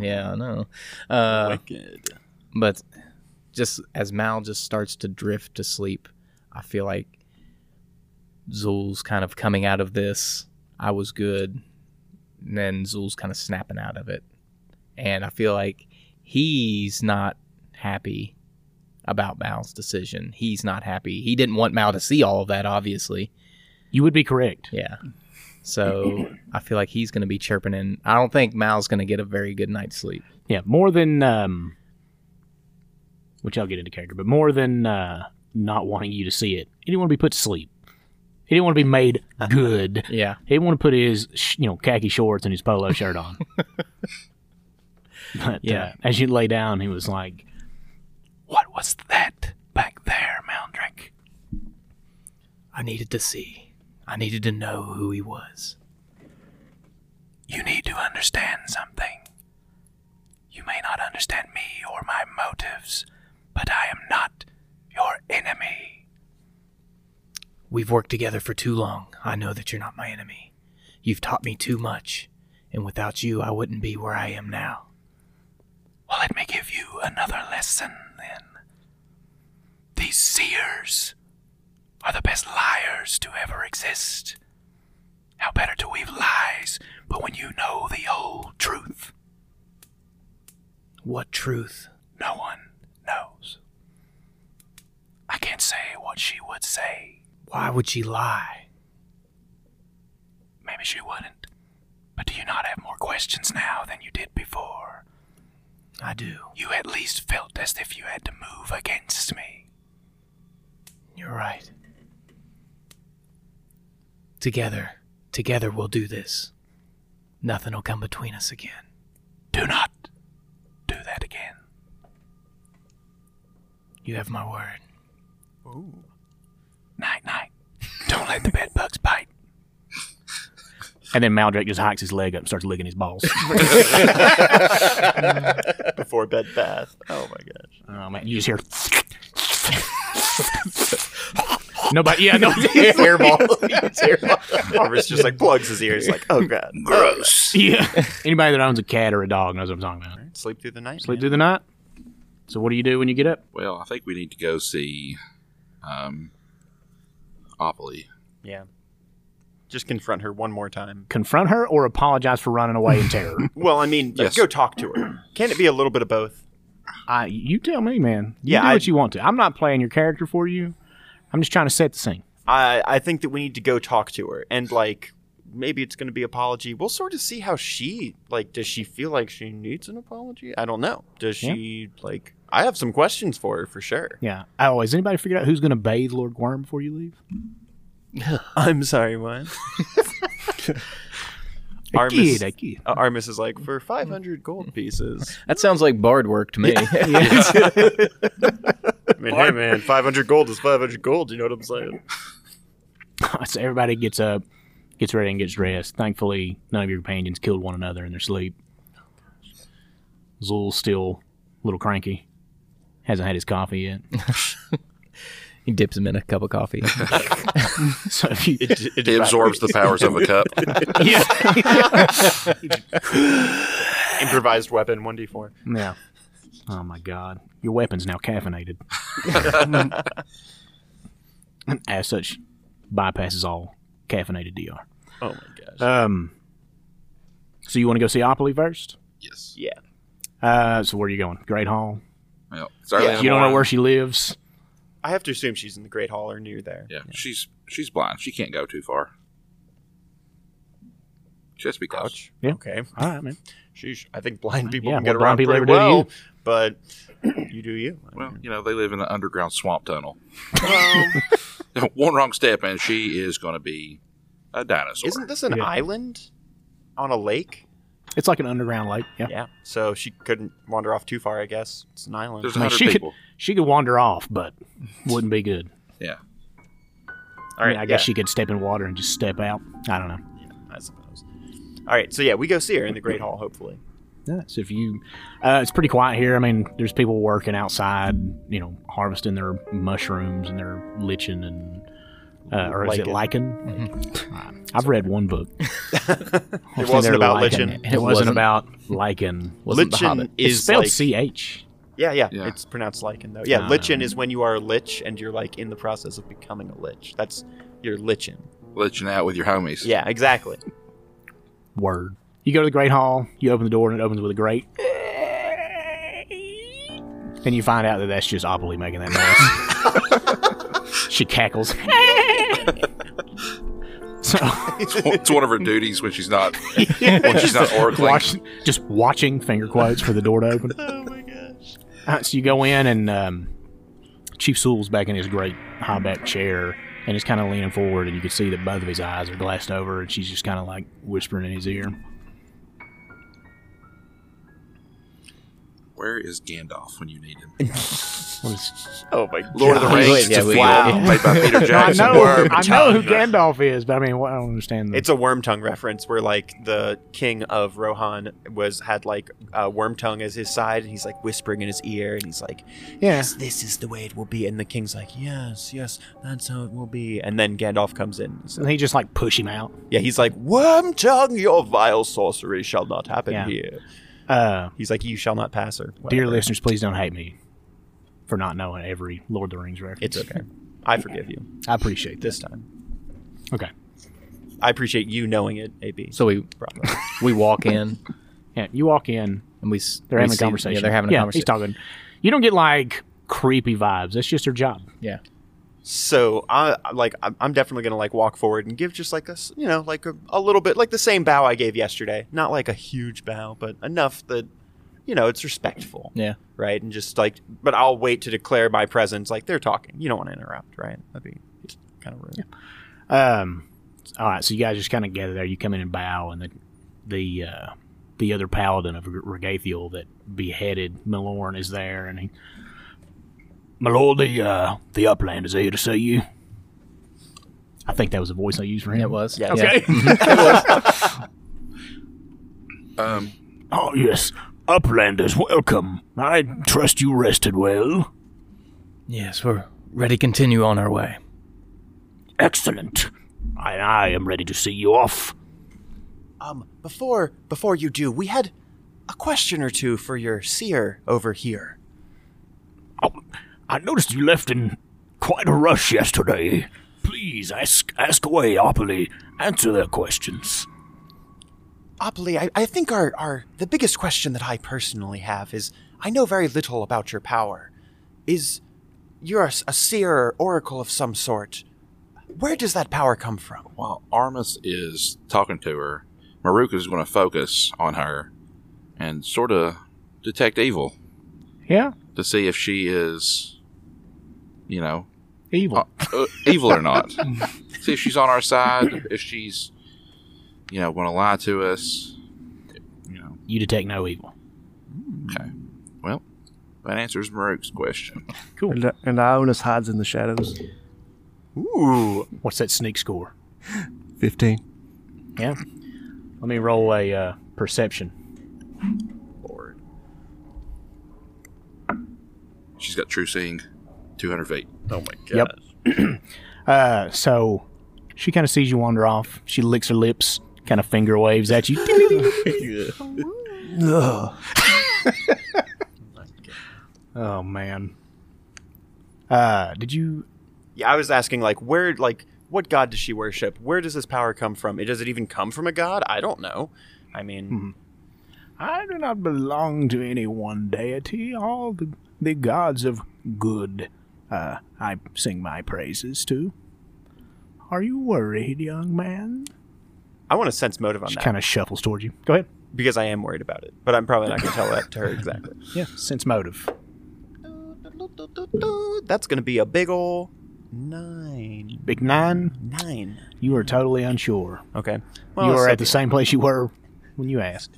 S2: yeah, I know. Uh, but just as Mal just starts to drift to sleep, I feel like Zul's kind of coming out of this. I was good, and then Zul's kind of snapping out of it, and I feel like he's not happy about Mal's decision. He's not happy. He didn't want Mal to see all of that, obviously.
S1: You would be correct.
S2: Yeah. So I feel like he's going to be chirping in. I don't think Mal's going to get a very good night's sleep.
S1: Yeah, more than, um, which I'll get into character, but more than uh, not wanting you to see it, he didn't want to be put to sleep. He didn't want to be made good.
S2: Yeah.
S1: He didn't want to put his, sh- you know, khaki shorts and his polo shirt on. but
S2: Yeah.
S1: yeah. as you lay down, he was like,
S10: What was that back there, Moundrick? I needed to see. I needed to know who he was. You need to understand something. You may not understand me or my motives, but I am not your enemy. We've worked together for too long. I know that you're not my enemy. You've taught me too much, and without you, I wouldn't be where I am now. Well, let me give you another lesson then. These seers are the best liars to ever exist. How better to weave lies but when you know the whole truth? What truth? No one knows. I can't say what she would say. Why would she lie? Maybe she wouldn't. But do you not have more questions now than you did before? I do. You at least felt as if you had to move against me. You're right. Together, together we'll do this. Nothing will come between us again. Do not You have my word. Ooh. Night, night. Don't let the bed bugs bite.
S1: And then Maldrick just hikes his leg up and starts licking his balls.
S3: before bed bath. Oh my gosh.
S1: oh man, you just hear. Nobody, yeah, no,
S3: Ever's just like plugs his ears, like, oh god.
S6: Gross.
S1: yeah. Anybody that owns a cat or a dog knows what I'm talking about.
S3: Sleep through the night.
S1: Sleep
S3: man.
S1: through the night. So what do you do when you get up?
S6: Well, I think we need to go see um, Opoly.
S3: Yeah. Just confront her one more time.
S1: Confront her or apologize for running away in terror?
S3: Well, I mean, like,
S6: Yes.
S3: go talk to her. Can it be a little bit of both?
S1: I, you tell me, man. You
S3: Yeah,
S1: do
S3: I-
S1: what you want to. I'm not playing your character for you. I'm just trying to set the scene.
S3: I I think that we need to go talk to her and like maybe it's going to be apology. We'll sort of see how she like does she feel like she needs an apology? I don't know. Does she like I have some questions for her for sure.
S1: Yeah. Oh, has anybody figured out who's going to bathe Lord Worm before you leave?
S3: I'm sorry, what?
S1: A
S3: Armis,
S1: kid, a kid.
S3: uh, Armis is like for 500 gold pieces.
S2: That sounds like bard work to me.
S3: I mean, hey man, 500 gold is 500 gold, you know what I'm saying?
S1: so everybody gets up, gets ready, and gets dressed. Thankfully, none of your companions killed one another in their sleep. Zul's still a little cranky. Hasn't had his coffee yet.
S2: he dips him in a cup of coffee.
S1: So if you,
S6: It absorbs the powers of a cup.
S3: Improvised weapon 1d4.
S1: yeah. Oh my God, your weapon's now caffeinated. and as such, bypasses all caffeinated DR.
S3: Oh my gosh.
S1: Um. So you want to go see Opoly first?
S6: Yes.
S3: yeah.
S1: Uh. So where are you going? Great Hall.
S6: Well, it's early in the
S1: You don't know
S6: morning.
S1: where she lives.
S3: I have to assume she's in the Great Hall or near there.
S6: Yeah, she's she's blind. She can't go too far. Just be close.
S3: Ouch.
S1: Yeah.
S3: Okay.
S1: All right, man.
S3: Sheesh. I think blind people
S1: yeah,
S3: can
S1: well,
S3: get
S1: blind
S3: around
S1: people
S3: pretty
S1: ever do
S3: well,
S1: you.
S3: but you do you.
S6: Well, you know they live in an underground swamp tunnel. One wrong step and she is going to be a dinosaur.
S3: Isn't this an
S1: Yeah.
S3: island on a lake?
S1: It's like an underground lake. Yeah.
S3: So she couldn't wander off too far, I guess. It's an island.
S6: There's
S1: I mean,
S6: 100
S1: she could
S6: people.
S1: she could wander off, but wouldn't be good.
S6: Yeah.
S1: I mean, I guess she could step in water and just step out. I don't know.
S3: I suppose. All right. So yeah, we go see her in the Great Hall, hopefully.
S1: Yeah, so if you, uh, it's pretty quiet here. I mean, there's people working outside, you know, harvesting their mushrooms and their lichen and, uh, or is it lichen? Uh, I've read one book.
S3: It wasn't about lichen.
S1: It, wasn't
S2: wasn't.
S1: about lichen.
S2: Wasn't the
S3: Lichen
S2: Hobbit.
S1: It's
S3: is
S1: spelled
S3: like,
S1: C H.
S3: yeah, yeah,
S6: Yeah.
S3: It's pronounced lichen though. Yeah,
S1: No,
S3: lichen is when you are a lich and you're like in the process of becoming a lich. That's your lichen.
S6: Let you out with your homies.
S3: Yeah, exactly.
S1: Word. You go to the Great Hall, you open the door, and it opens with a grate. And you find out that that's just Opoly making that noise. she cackles. so,
S6: It's, one, it's one of her duties when she's not when she's not oracling.
S1: watch, just watching finger quotes for the door to open.
S3: oh my gosh.
S1: Uh, so you go in, and um, Chief Sewell's back in his great high back chair, and he's kind of leaning forward, and you can see that both of his eyes are glassed over, and she's just kind of like whispering in his ear.
S6: Where is Gandalf when you need him?
S1: What is
S3: Oh my god.
S6: Lord of the Rings
S2: yeah,
S6: to
S2: we-
S6: feel
S2: Wow.
S6: played by Peter
S1: I
S6: Jackson.
S1: know, I know who
S6: Worm tongue.
S1: Gandalf is, but I mean, what, I don't understand. The,
S3: It's a worm tongue reference where like the king of Rohan was had like uh, worm tongue as his side, and he's like whispering in his ear, and he's like,
S1: yeah,
S3: "Yes, this is the way it will be." And the king's like, "Yes, yes, that's how it will be." And then Gandalf comes in. So,
S1: and he just like push him out.
S3: yeah, he's like, "Worm tongue, your vile sorcery shall not happen
S1: Yeah.
S3: here."
S1: Uh,
S3: He's like, "You shall not pass her."
S1: dear
S3: Whatever.
S1: listeners, please don't hate me for not knowing every Lord of the Rings reference.
S3: it's okay. I forgive you
S1: I appreciate this.
S3: this time.
S1: Okay,
S3: I appreciate you knowing it, AB.
S2: so we
S3: Bravo.
S2: we walk in
S1: yeah, you walk in,
S2: and we s-
S1: they're
S2: we
S1: having a
S2: see-
S1: conversation.
S2: Yeah, they're having a conversation.
S1: He's talking. You don't get like creepy vibes. That's just their job.
S2: yeah.
S3: So I like I'm I'm definitely gonna like walk forward and give just like a s- you know like a, a little bit like the same bow I gave yesterday, not like a huge bow, but enough that you know it's respectful,
S2: Yeah.
S3: right? And just like, but I'll wait to declare my presence. Like they're talking, you don't want to interrupt, right? That'd be kind of rude.
S1: Um, all right, so you guys just kind of gather there. You come in and bow, and the the uh, the other paladin of Regathiel that beheaded Milorn is there, and he
S7: My lord, the uh, the upland is here to see you. I think that was the voice I used for him.
S1: It was.
S6: Yeah.
S7: Okay.
S4: Um,
S7: Oh yes, uplanders, welcome. I trust you rested well.
S10: Yes, we're ready to continue on our way.
S7: Excellent. I, I am ready to see you off.
S6: Um, before before you do, we had a question or two for your seer over here.
S7: Oh, I noticed you left in quite a rush yesterday. Please ask ask away, Opperly. Answer their questions.
S6: Oppley, I, I think our, our the biggest question that I personally have is I know very little about your power. Is you're a, s- a seer or oracle of some sort. Where does that power come from?
S4: while Armas is talking to her, Maruka is going to focus on her and sort of detect evil
S7: Yeah,
S4: to see if she is, you know,
S7: evil.
S4: uh, uh, evil or not. see if she's on our side, if she's, you know, going to lie to us. You know,
S7: you detect no evil.
S4: well, that answers Maruka's question.
S5: And, and Ionis hides in the shadows.
S6: Ooh.
S7: What's that sneak score?
S5: 15.
S7: Yeah. Let me roll a uh, perception.
S4: She's got true seeing, 200 feet.
S3: Oh my god.
S7: Yep. Uh, so she kind of sees you wander off. She licks her lips, kind of finger waves at you.
S5: Ugh.
S7: oh man. Uh, did you?
S3: Yeah, I was asking like where like what god does she worship? Where does this power come from? It does it even come from a god? I don't know. I mean,
S6: Hmm.
S7: I do not belong to any one deity. All the the gods of good, uh, I sing my praises to. Are you worried, young man?
S3: I want to sense motive on
S7: She
S3: that
S7: kind of shuffles towards you. Go ahead.
S3: because I am worried about it, but I'm probably not going to tell that to her exactly.
S7: Yeah, sense motive.
S3: That's going to be a big ol' nine.
S7: Big nine.
S3: Nine.
S7: You are totally unsure.
S3: Okay.
S7: you
S3: it's
S7: are
S3: so
S7: at the same place you were when you asked.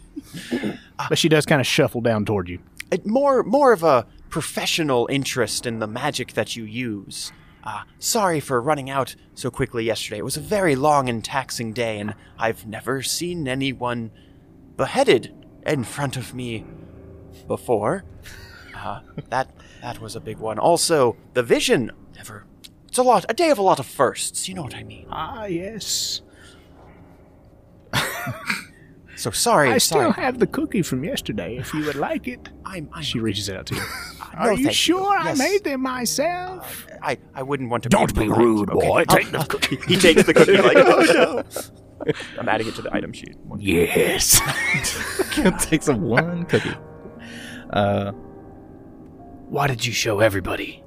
S7: but she does kind of shuffle down toward you.
S3: it, more more of a professional interest in the magic that you use. Uh, sorry for running out so quickly yesterday. It was a very long and taxing day, and I've never seen anyone beheaded in front of me before. Uh, that that was a big one. Also, the vision never. It's a lot. A day of a lot of firsts. You know what I mean.
S7: Ah, yes.
S3: So sorry.
S7: I
S3: sorry.
S7: still have the cookie from yesterday if you would like it.
S3: I'm. I'm
S7: She reaches out to you.
S3: no,
S7: Are you
S3: thank
S7: sure
S3: Yes.
S7: I made them myself?
S3: I, I wouldn't want to.
S7: Don't be
S3: polite.
S7: rude,
S3: Okay.
S7: boy.
S3: I'll-
S7: Take the
S3: I'll-
S7: cookie.
S3: He takes the cookie. Like, oh no. I'm adding it to the item sheet.
S7: Yes.
S1: takes a one cookie. Uh,
S10: Why did you show everybody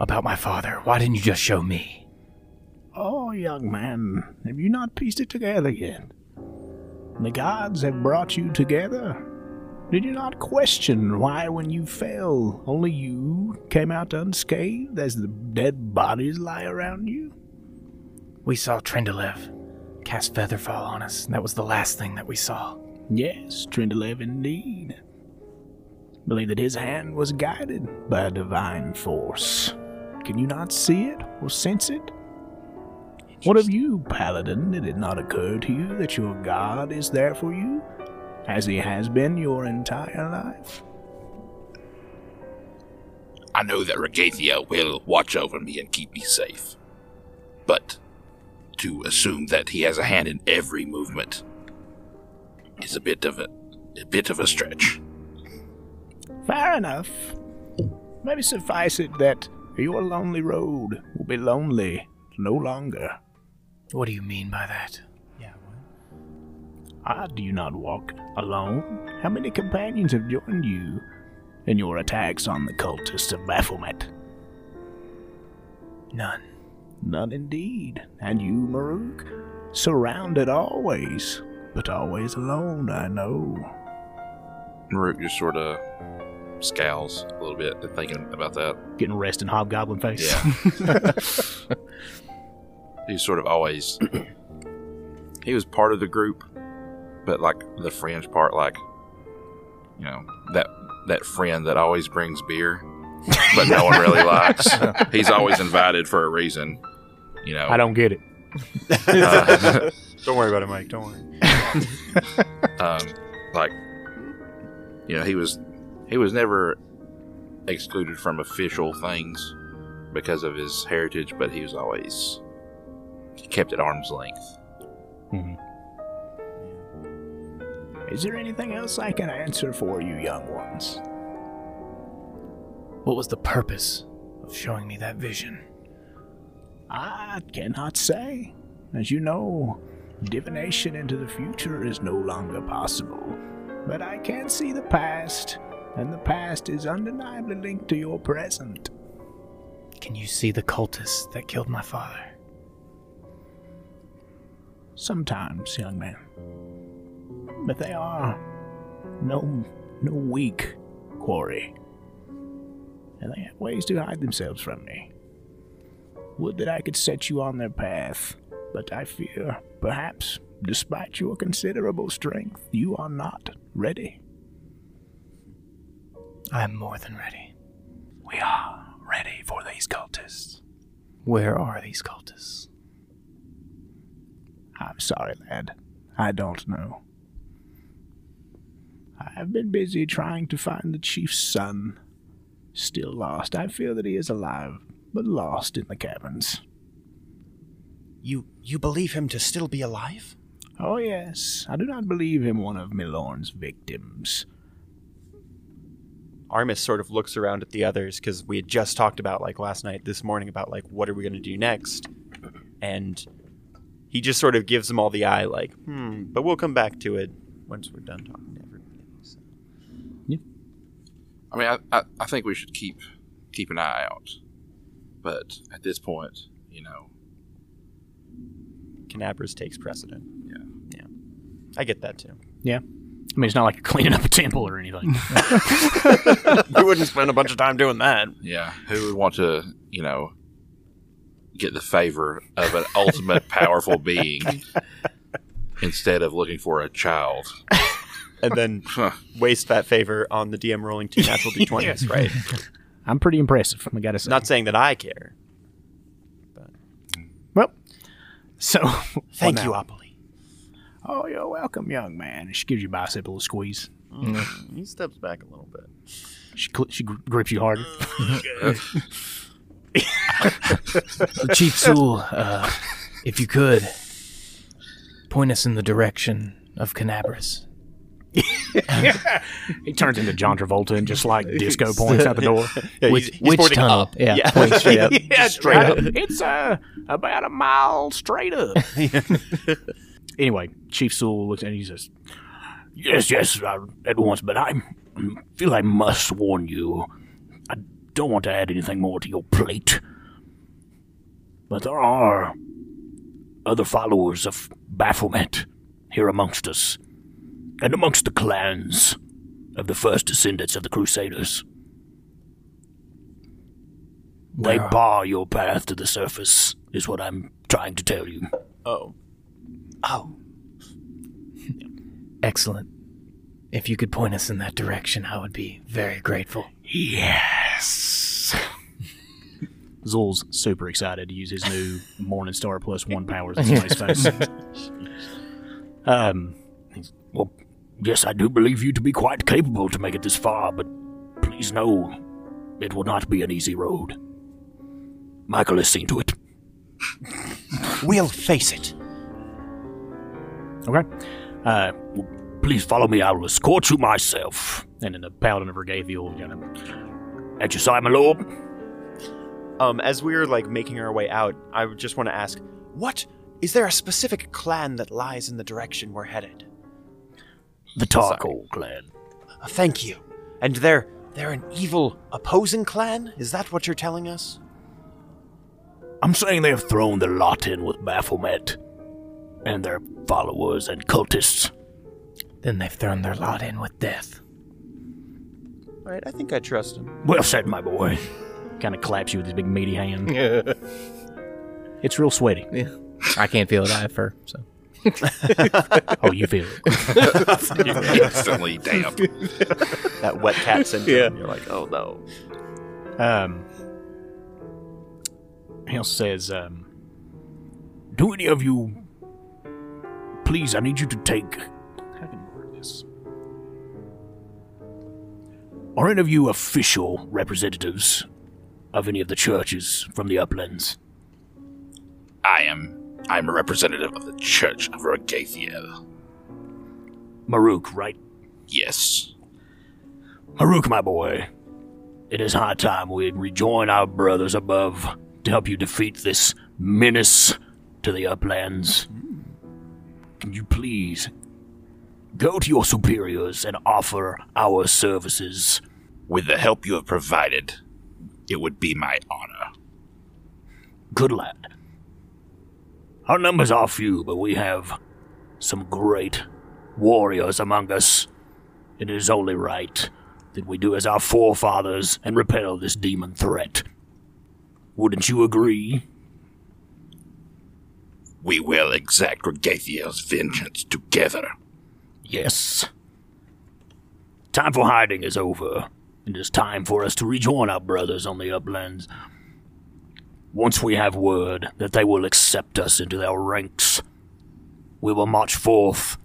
S10: about my father? Why didn't you just show me?
S7: oh, young man, have you not pieced it together yet? The gods have brought you together. Did you not question why, when you fell, only you came out unscathed as the dead bodies lie around you?
S10: We saw Trindalev cast Featherfall on us, and that was the last thing that we saw.
S7: Yes, Trindlev indeed. Believe that his hand was guided by a divine force. Can you not see it or sense it? What of you, Paladin? Did it not occur to you that your God is there for you, as he has been your entire life?
S4: I know that Regathia will watch over me and keep me safe. But to assume that he has a hand in every movement is a bit of a, a bit of a stretch.
S7: Fair enough. Maybe suffice it that your lonely road will be lonely no longer.
S10: What do you mean by that?
S7: I Ah, do not walk alone. How many companions have joined you in your attacks on the cultists of Baphomet?
S10: None.
S7: None indeed. And you, Maruk? Surrounded always, but always alone, I know.
S4: Maruk just sort of scowls a little bit at thinking about that.
S7: Getting rest in hobgoblin face.
S4: He's sort of always. he was part of the group, but like the friends part, like you know that that friend that always brings beer. but no one really likes. He's always invited for a reason. You know,
S10: I don't get it.
S4: uh,
S3: Don't worry about it, Mike. Don't worry.
S4: um, like you know he was he was never excluded from official things because of his heritage but he was always kept at arm's length
S7: Is there anything else I can answer for you, young ones?
S10: What was the purpose of showing me that vision?
S7: I cannot say. As you know, divination into the future is no longer possible. But I can see the past, and the past is undeniably linked to your present.
S10: Can you see the cultist that killed my father?
S7: Sometimes, young man. But they are no no weak quarry. And they have ways to hide themselves from me. Would that I could set you on their path, but I fear, perhaps, despite your considerable strength, you are not ready.
S10: I am more than ready.
S7: We are ready for these cultists.
S10: Where are these cultists?
S7: I'm sorry, lad. I don't know. I have been busy trying to find the chief's son. Still lost. I fear that he is alive, but lost in the caverns.
S1: You you believe him to still be alive?
S7: Oh, yes. I do not believe him one of Milorn's victims.
S3: Armis sort of looks around at the others because we had just talked about like last night, this morning about like what are we going to do next, and he just sort of gives them all the eye, like, hmm. But we'll come back to it once we're done talking to everybody. So,
S4: I mean, I, I, I think we should keep keep an eye out, but at this point, you know,
S3: Canabras takes precedent.
S4: Yeah.
S3: yeah. I get that too.
S7: I mean, it's not like you're cleaning up a temple or anything.
S3: we wouldn't spend a bunch of time doing that.
S4: yeah, who would want to, you know, get the favor of an ultimate powerful being instead of looking for a child?
S3: And then
S4: Huh.
S3: waste that favor on the DM rolling two natural d20s, right?
S7: I'm pretty impressive, I gotta say.
S3: Not saying that I care.
S7: well, so.
S1: Thank you, Opoly.
S7: Oh, you're welcome, young man. She gives your bicep a little squeeze.
S3: He steps back a little bit.
S7: She, cl- she gr- grips you harder.
S10: Chief Sewell, uh, if you could, point us in the direction of Canabras.
S7: He turns into John Travolta and just like disco points out the door.
S3: Yeah,
S10: Which,
S3: he's- he's
S10: which
S3: pointing
S10: tunnel?
S3: up.
S10: Yeah,
S3: Yeah.
S10: point straight up.
S7: yeah,
S3: straight
S7: uh,
S3: up.
S7: It's uh, about a mile straight up. anyway, Chief Sewell looks at him and he says, Yes, yes, I, at once, but I feel I must warn you. I don't want to add anything more to your plate. But there are other followers of Baphomet here amongst us, and amongst the clans of the first descendants of the Crusaders. They
S10: Where are-
S7: bar your path to the surface, is what I'm trying to tell you.
S3: Oh.
S1: Oh,
S10: Excellent. If you could point us in that direction, I would be very grateful.
S7: Yes. Zul's super excited to use his new Morning Star plus one powers in his face. um, he's- well, yes, I do believe you to be quite capable to make it this far, but please know it will not be an easy road. Michael has seen to it.
S1: we'll face it.
S7: Okay. Uh, well, please follow me. I will escort you myself. And then the paladin of Regathiel, you know, at your side, my lord.
S3: Um, as we are like making our way out, I would just want to ask, what is there a specific clan that lies in the direction we're headed?
S7: The Tarkal clan.
S1: Uh, thank you. And they're they're an evil opposing clan. Is that what you're telling us?
S7: I'm saying they have thrown their lot in with Baphomet and their followers and cultists.
S10: Then they've thrown their lot in with death.
S3: All right, I think I trust him.
S7: Well said, my boy. Kind of claps you with his big meaty hand. It's real sweaty.
S10: I can't feel it. I have fur. So
S7: Oh, you feel it.
S4: Instantly damp.
S3: That wet cat syndrome. You're like, oh no.
S6: Um, Hill says, um, "Do any of you, please? I need you to take. How can I word this? Are any of you official representatives of any of the churches from the uplands?
S11: I am. I'm a representative of the Church of Regathiel.
S6: Maruk, right?
S11: Yes.
S6: Maruk, my boy, it is high time we rejoin our brothers above to help you defeat this menace to the uplands. Can you please go to your superiors and offer our services?
S11: With the help you have provided, it would be my honor.
S6: Good lad. Our numbers are few, but we have some great warriors among us. It is only right that we do as our forefathers and repel this demon threat. Wouldn't you agree?
S11: We will exact Regathiel's vengeance together.
S6: Yes. Time for hiding is over. It is time for us to rejoin our brothers on the uplands. Once we have word that they will accept us into their ranks, we will march forth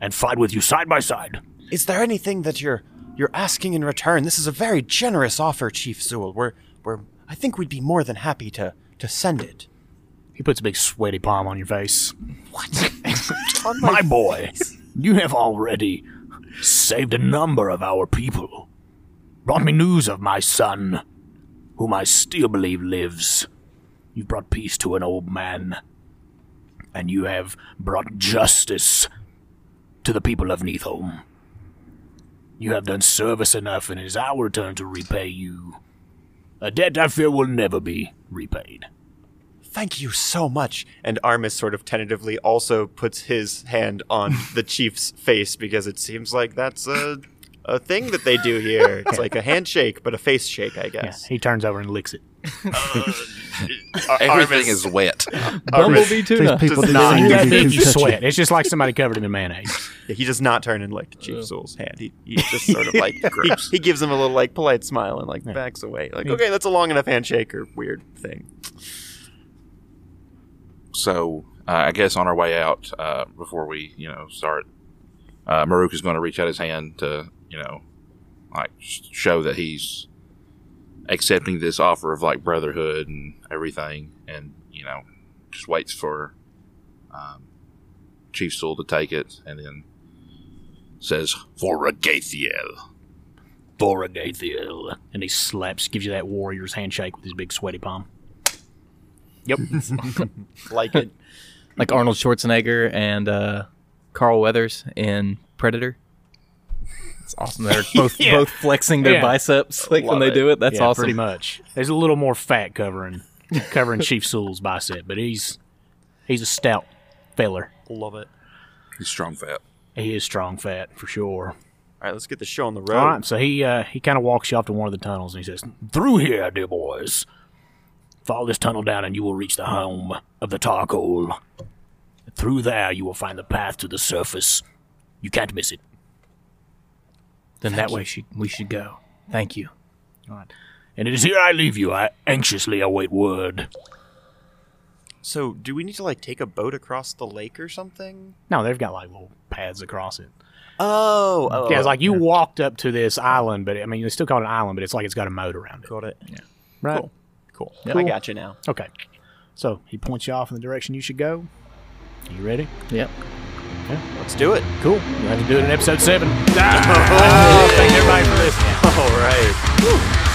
S6: and fight with you side by side.
S12: Is there anything that you're you're asking in return? This is a very generous offer, Chief Zool. We're we're I think we'd be more than happy to to send it.
S6: He puts a big sweaty palm on your face. What? my boy, you have already saved a number of our people. Brought me news of my son, whom I still believe lives. You've brought peace to an old man. And you have brought justice to the people of Neathholm. You have done service enough, and it is our turn to repay you. A debt I fear will never be repaid.
S12: Thank you so much.
S3: And Armis sort of tentatively also puts his hand on the chief's face because it seems like that's a a thing that they do here. It's like a handshake, but a face shake, I guess.
S6: He turns over and licks it.
S3: Ar-
S4: Everything
S3: Armis-
S4: is wet.
S2: Bumblebee tuna.
S1: people
S3: does
S1: do
S3: not
S1: not
S3: get
S1: need to
S3: it.
S1: be
S6: you
S1: too touchy.
S6: sweat. It's just like somebody covered in a mayonnaise.
S3: Yeah, he does not turn and lick Chief Zool's hand. He, he just sort of like he, he gives him a little like polite smile and like backs away. Like, okay, that's a long enough handshake or weird thing.
S4: So uh, I guess on our way out, uh, before we you know start, uh, Maruk is going to reach out his hand to you know like sh- show that he's accepting this offer of like brotherhood and everything, and you know just waits for um, Chief Sewell to take it, and then says,
S11: For Regathiel.
S6: For Agathiel. And he slaps, gives you that warrior's handshake with his big sweaty palm.
S3: Like it.
S2: Like Arnold Schwarzenegger and uh, Carl Weathers in Predator. It's awesome. They're both
S6: Yeah.
S2: both flexing their
S6: Yeah.
S2: biceps like when
S3: Love
S2: they
S3: it.
S2: do it. That's
S6: yeah,
S2: awesome.
S6: pretty much. There's a little more fat covering covering Chief Sewell's bicep, but he's he's a stout feller.
S3: Love it.
S4: "He's strong fat."
S6: He is strong fat for sure.
S3: All right, let's get the show on the
S6: All
S3: road.
S6: right, so he uh, he kind of walks you off to one of the tunnels and he says, "Through here, dear boys. Follow this tunnel down, and you will reach the home of the Tarkol. Through there, you will find the path to the surface. You can't miss it."
S10: Then that way she, we should go. Thank you.
S6: And it is here I leave you. I anxiously await word.
S3: So, do we need to like take a boat across the lake or something?
S6: No, they've got like little pads across it.
S3: Oh, oh
S6: yeah, it's like you walked up to this island, but I mean, they still call it an island, but it's like it's got a moat around it.
S3: got it.
S6: Right.
S3: Cool. Cool. I got you now.
S6: Okay. So oh, he points you off in the direction you should go. You ready?
S2: Yep.
S3: Let's do it.
S6: Cool. We'll have to do it in episode seven.
S3: Oh, thank everybody for listening. All right.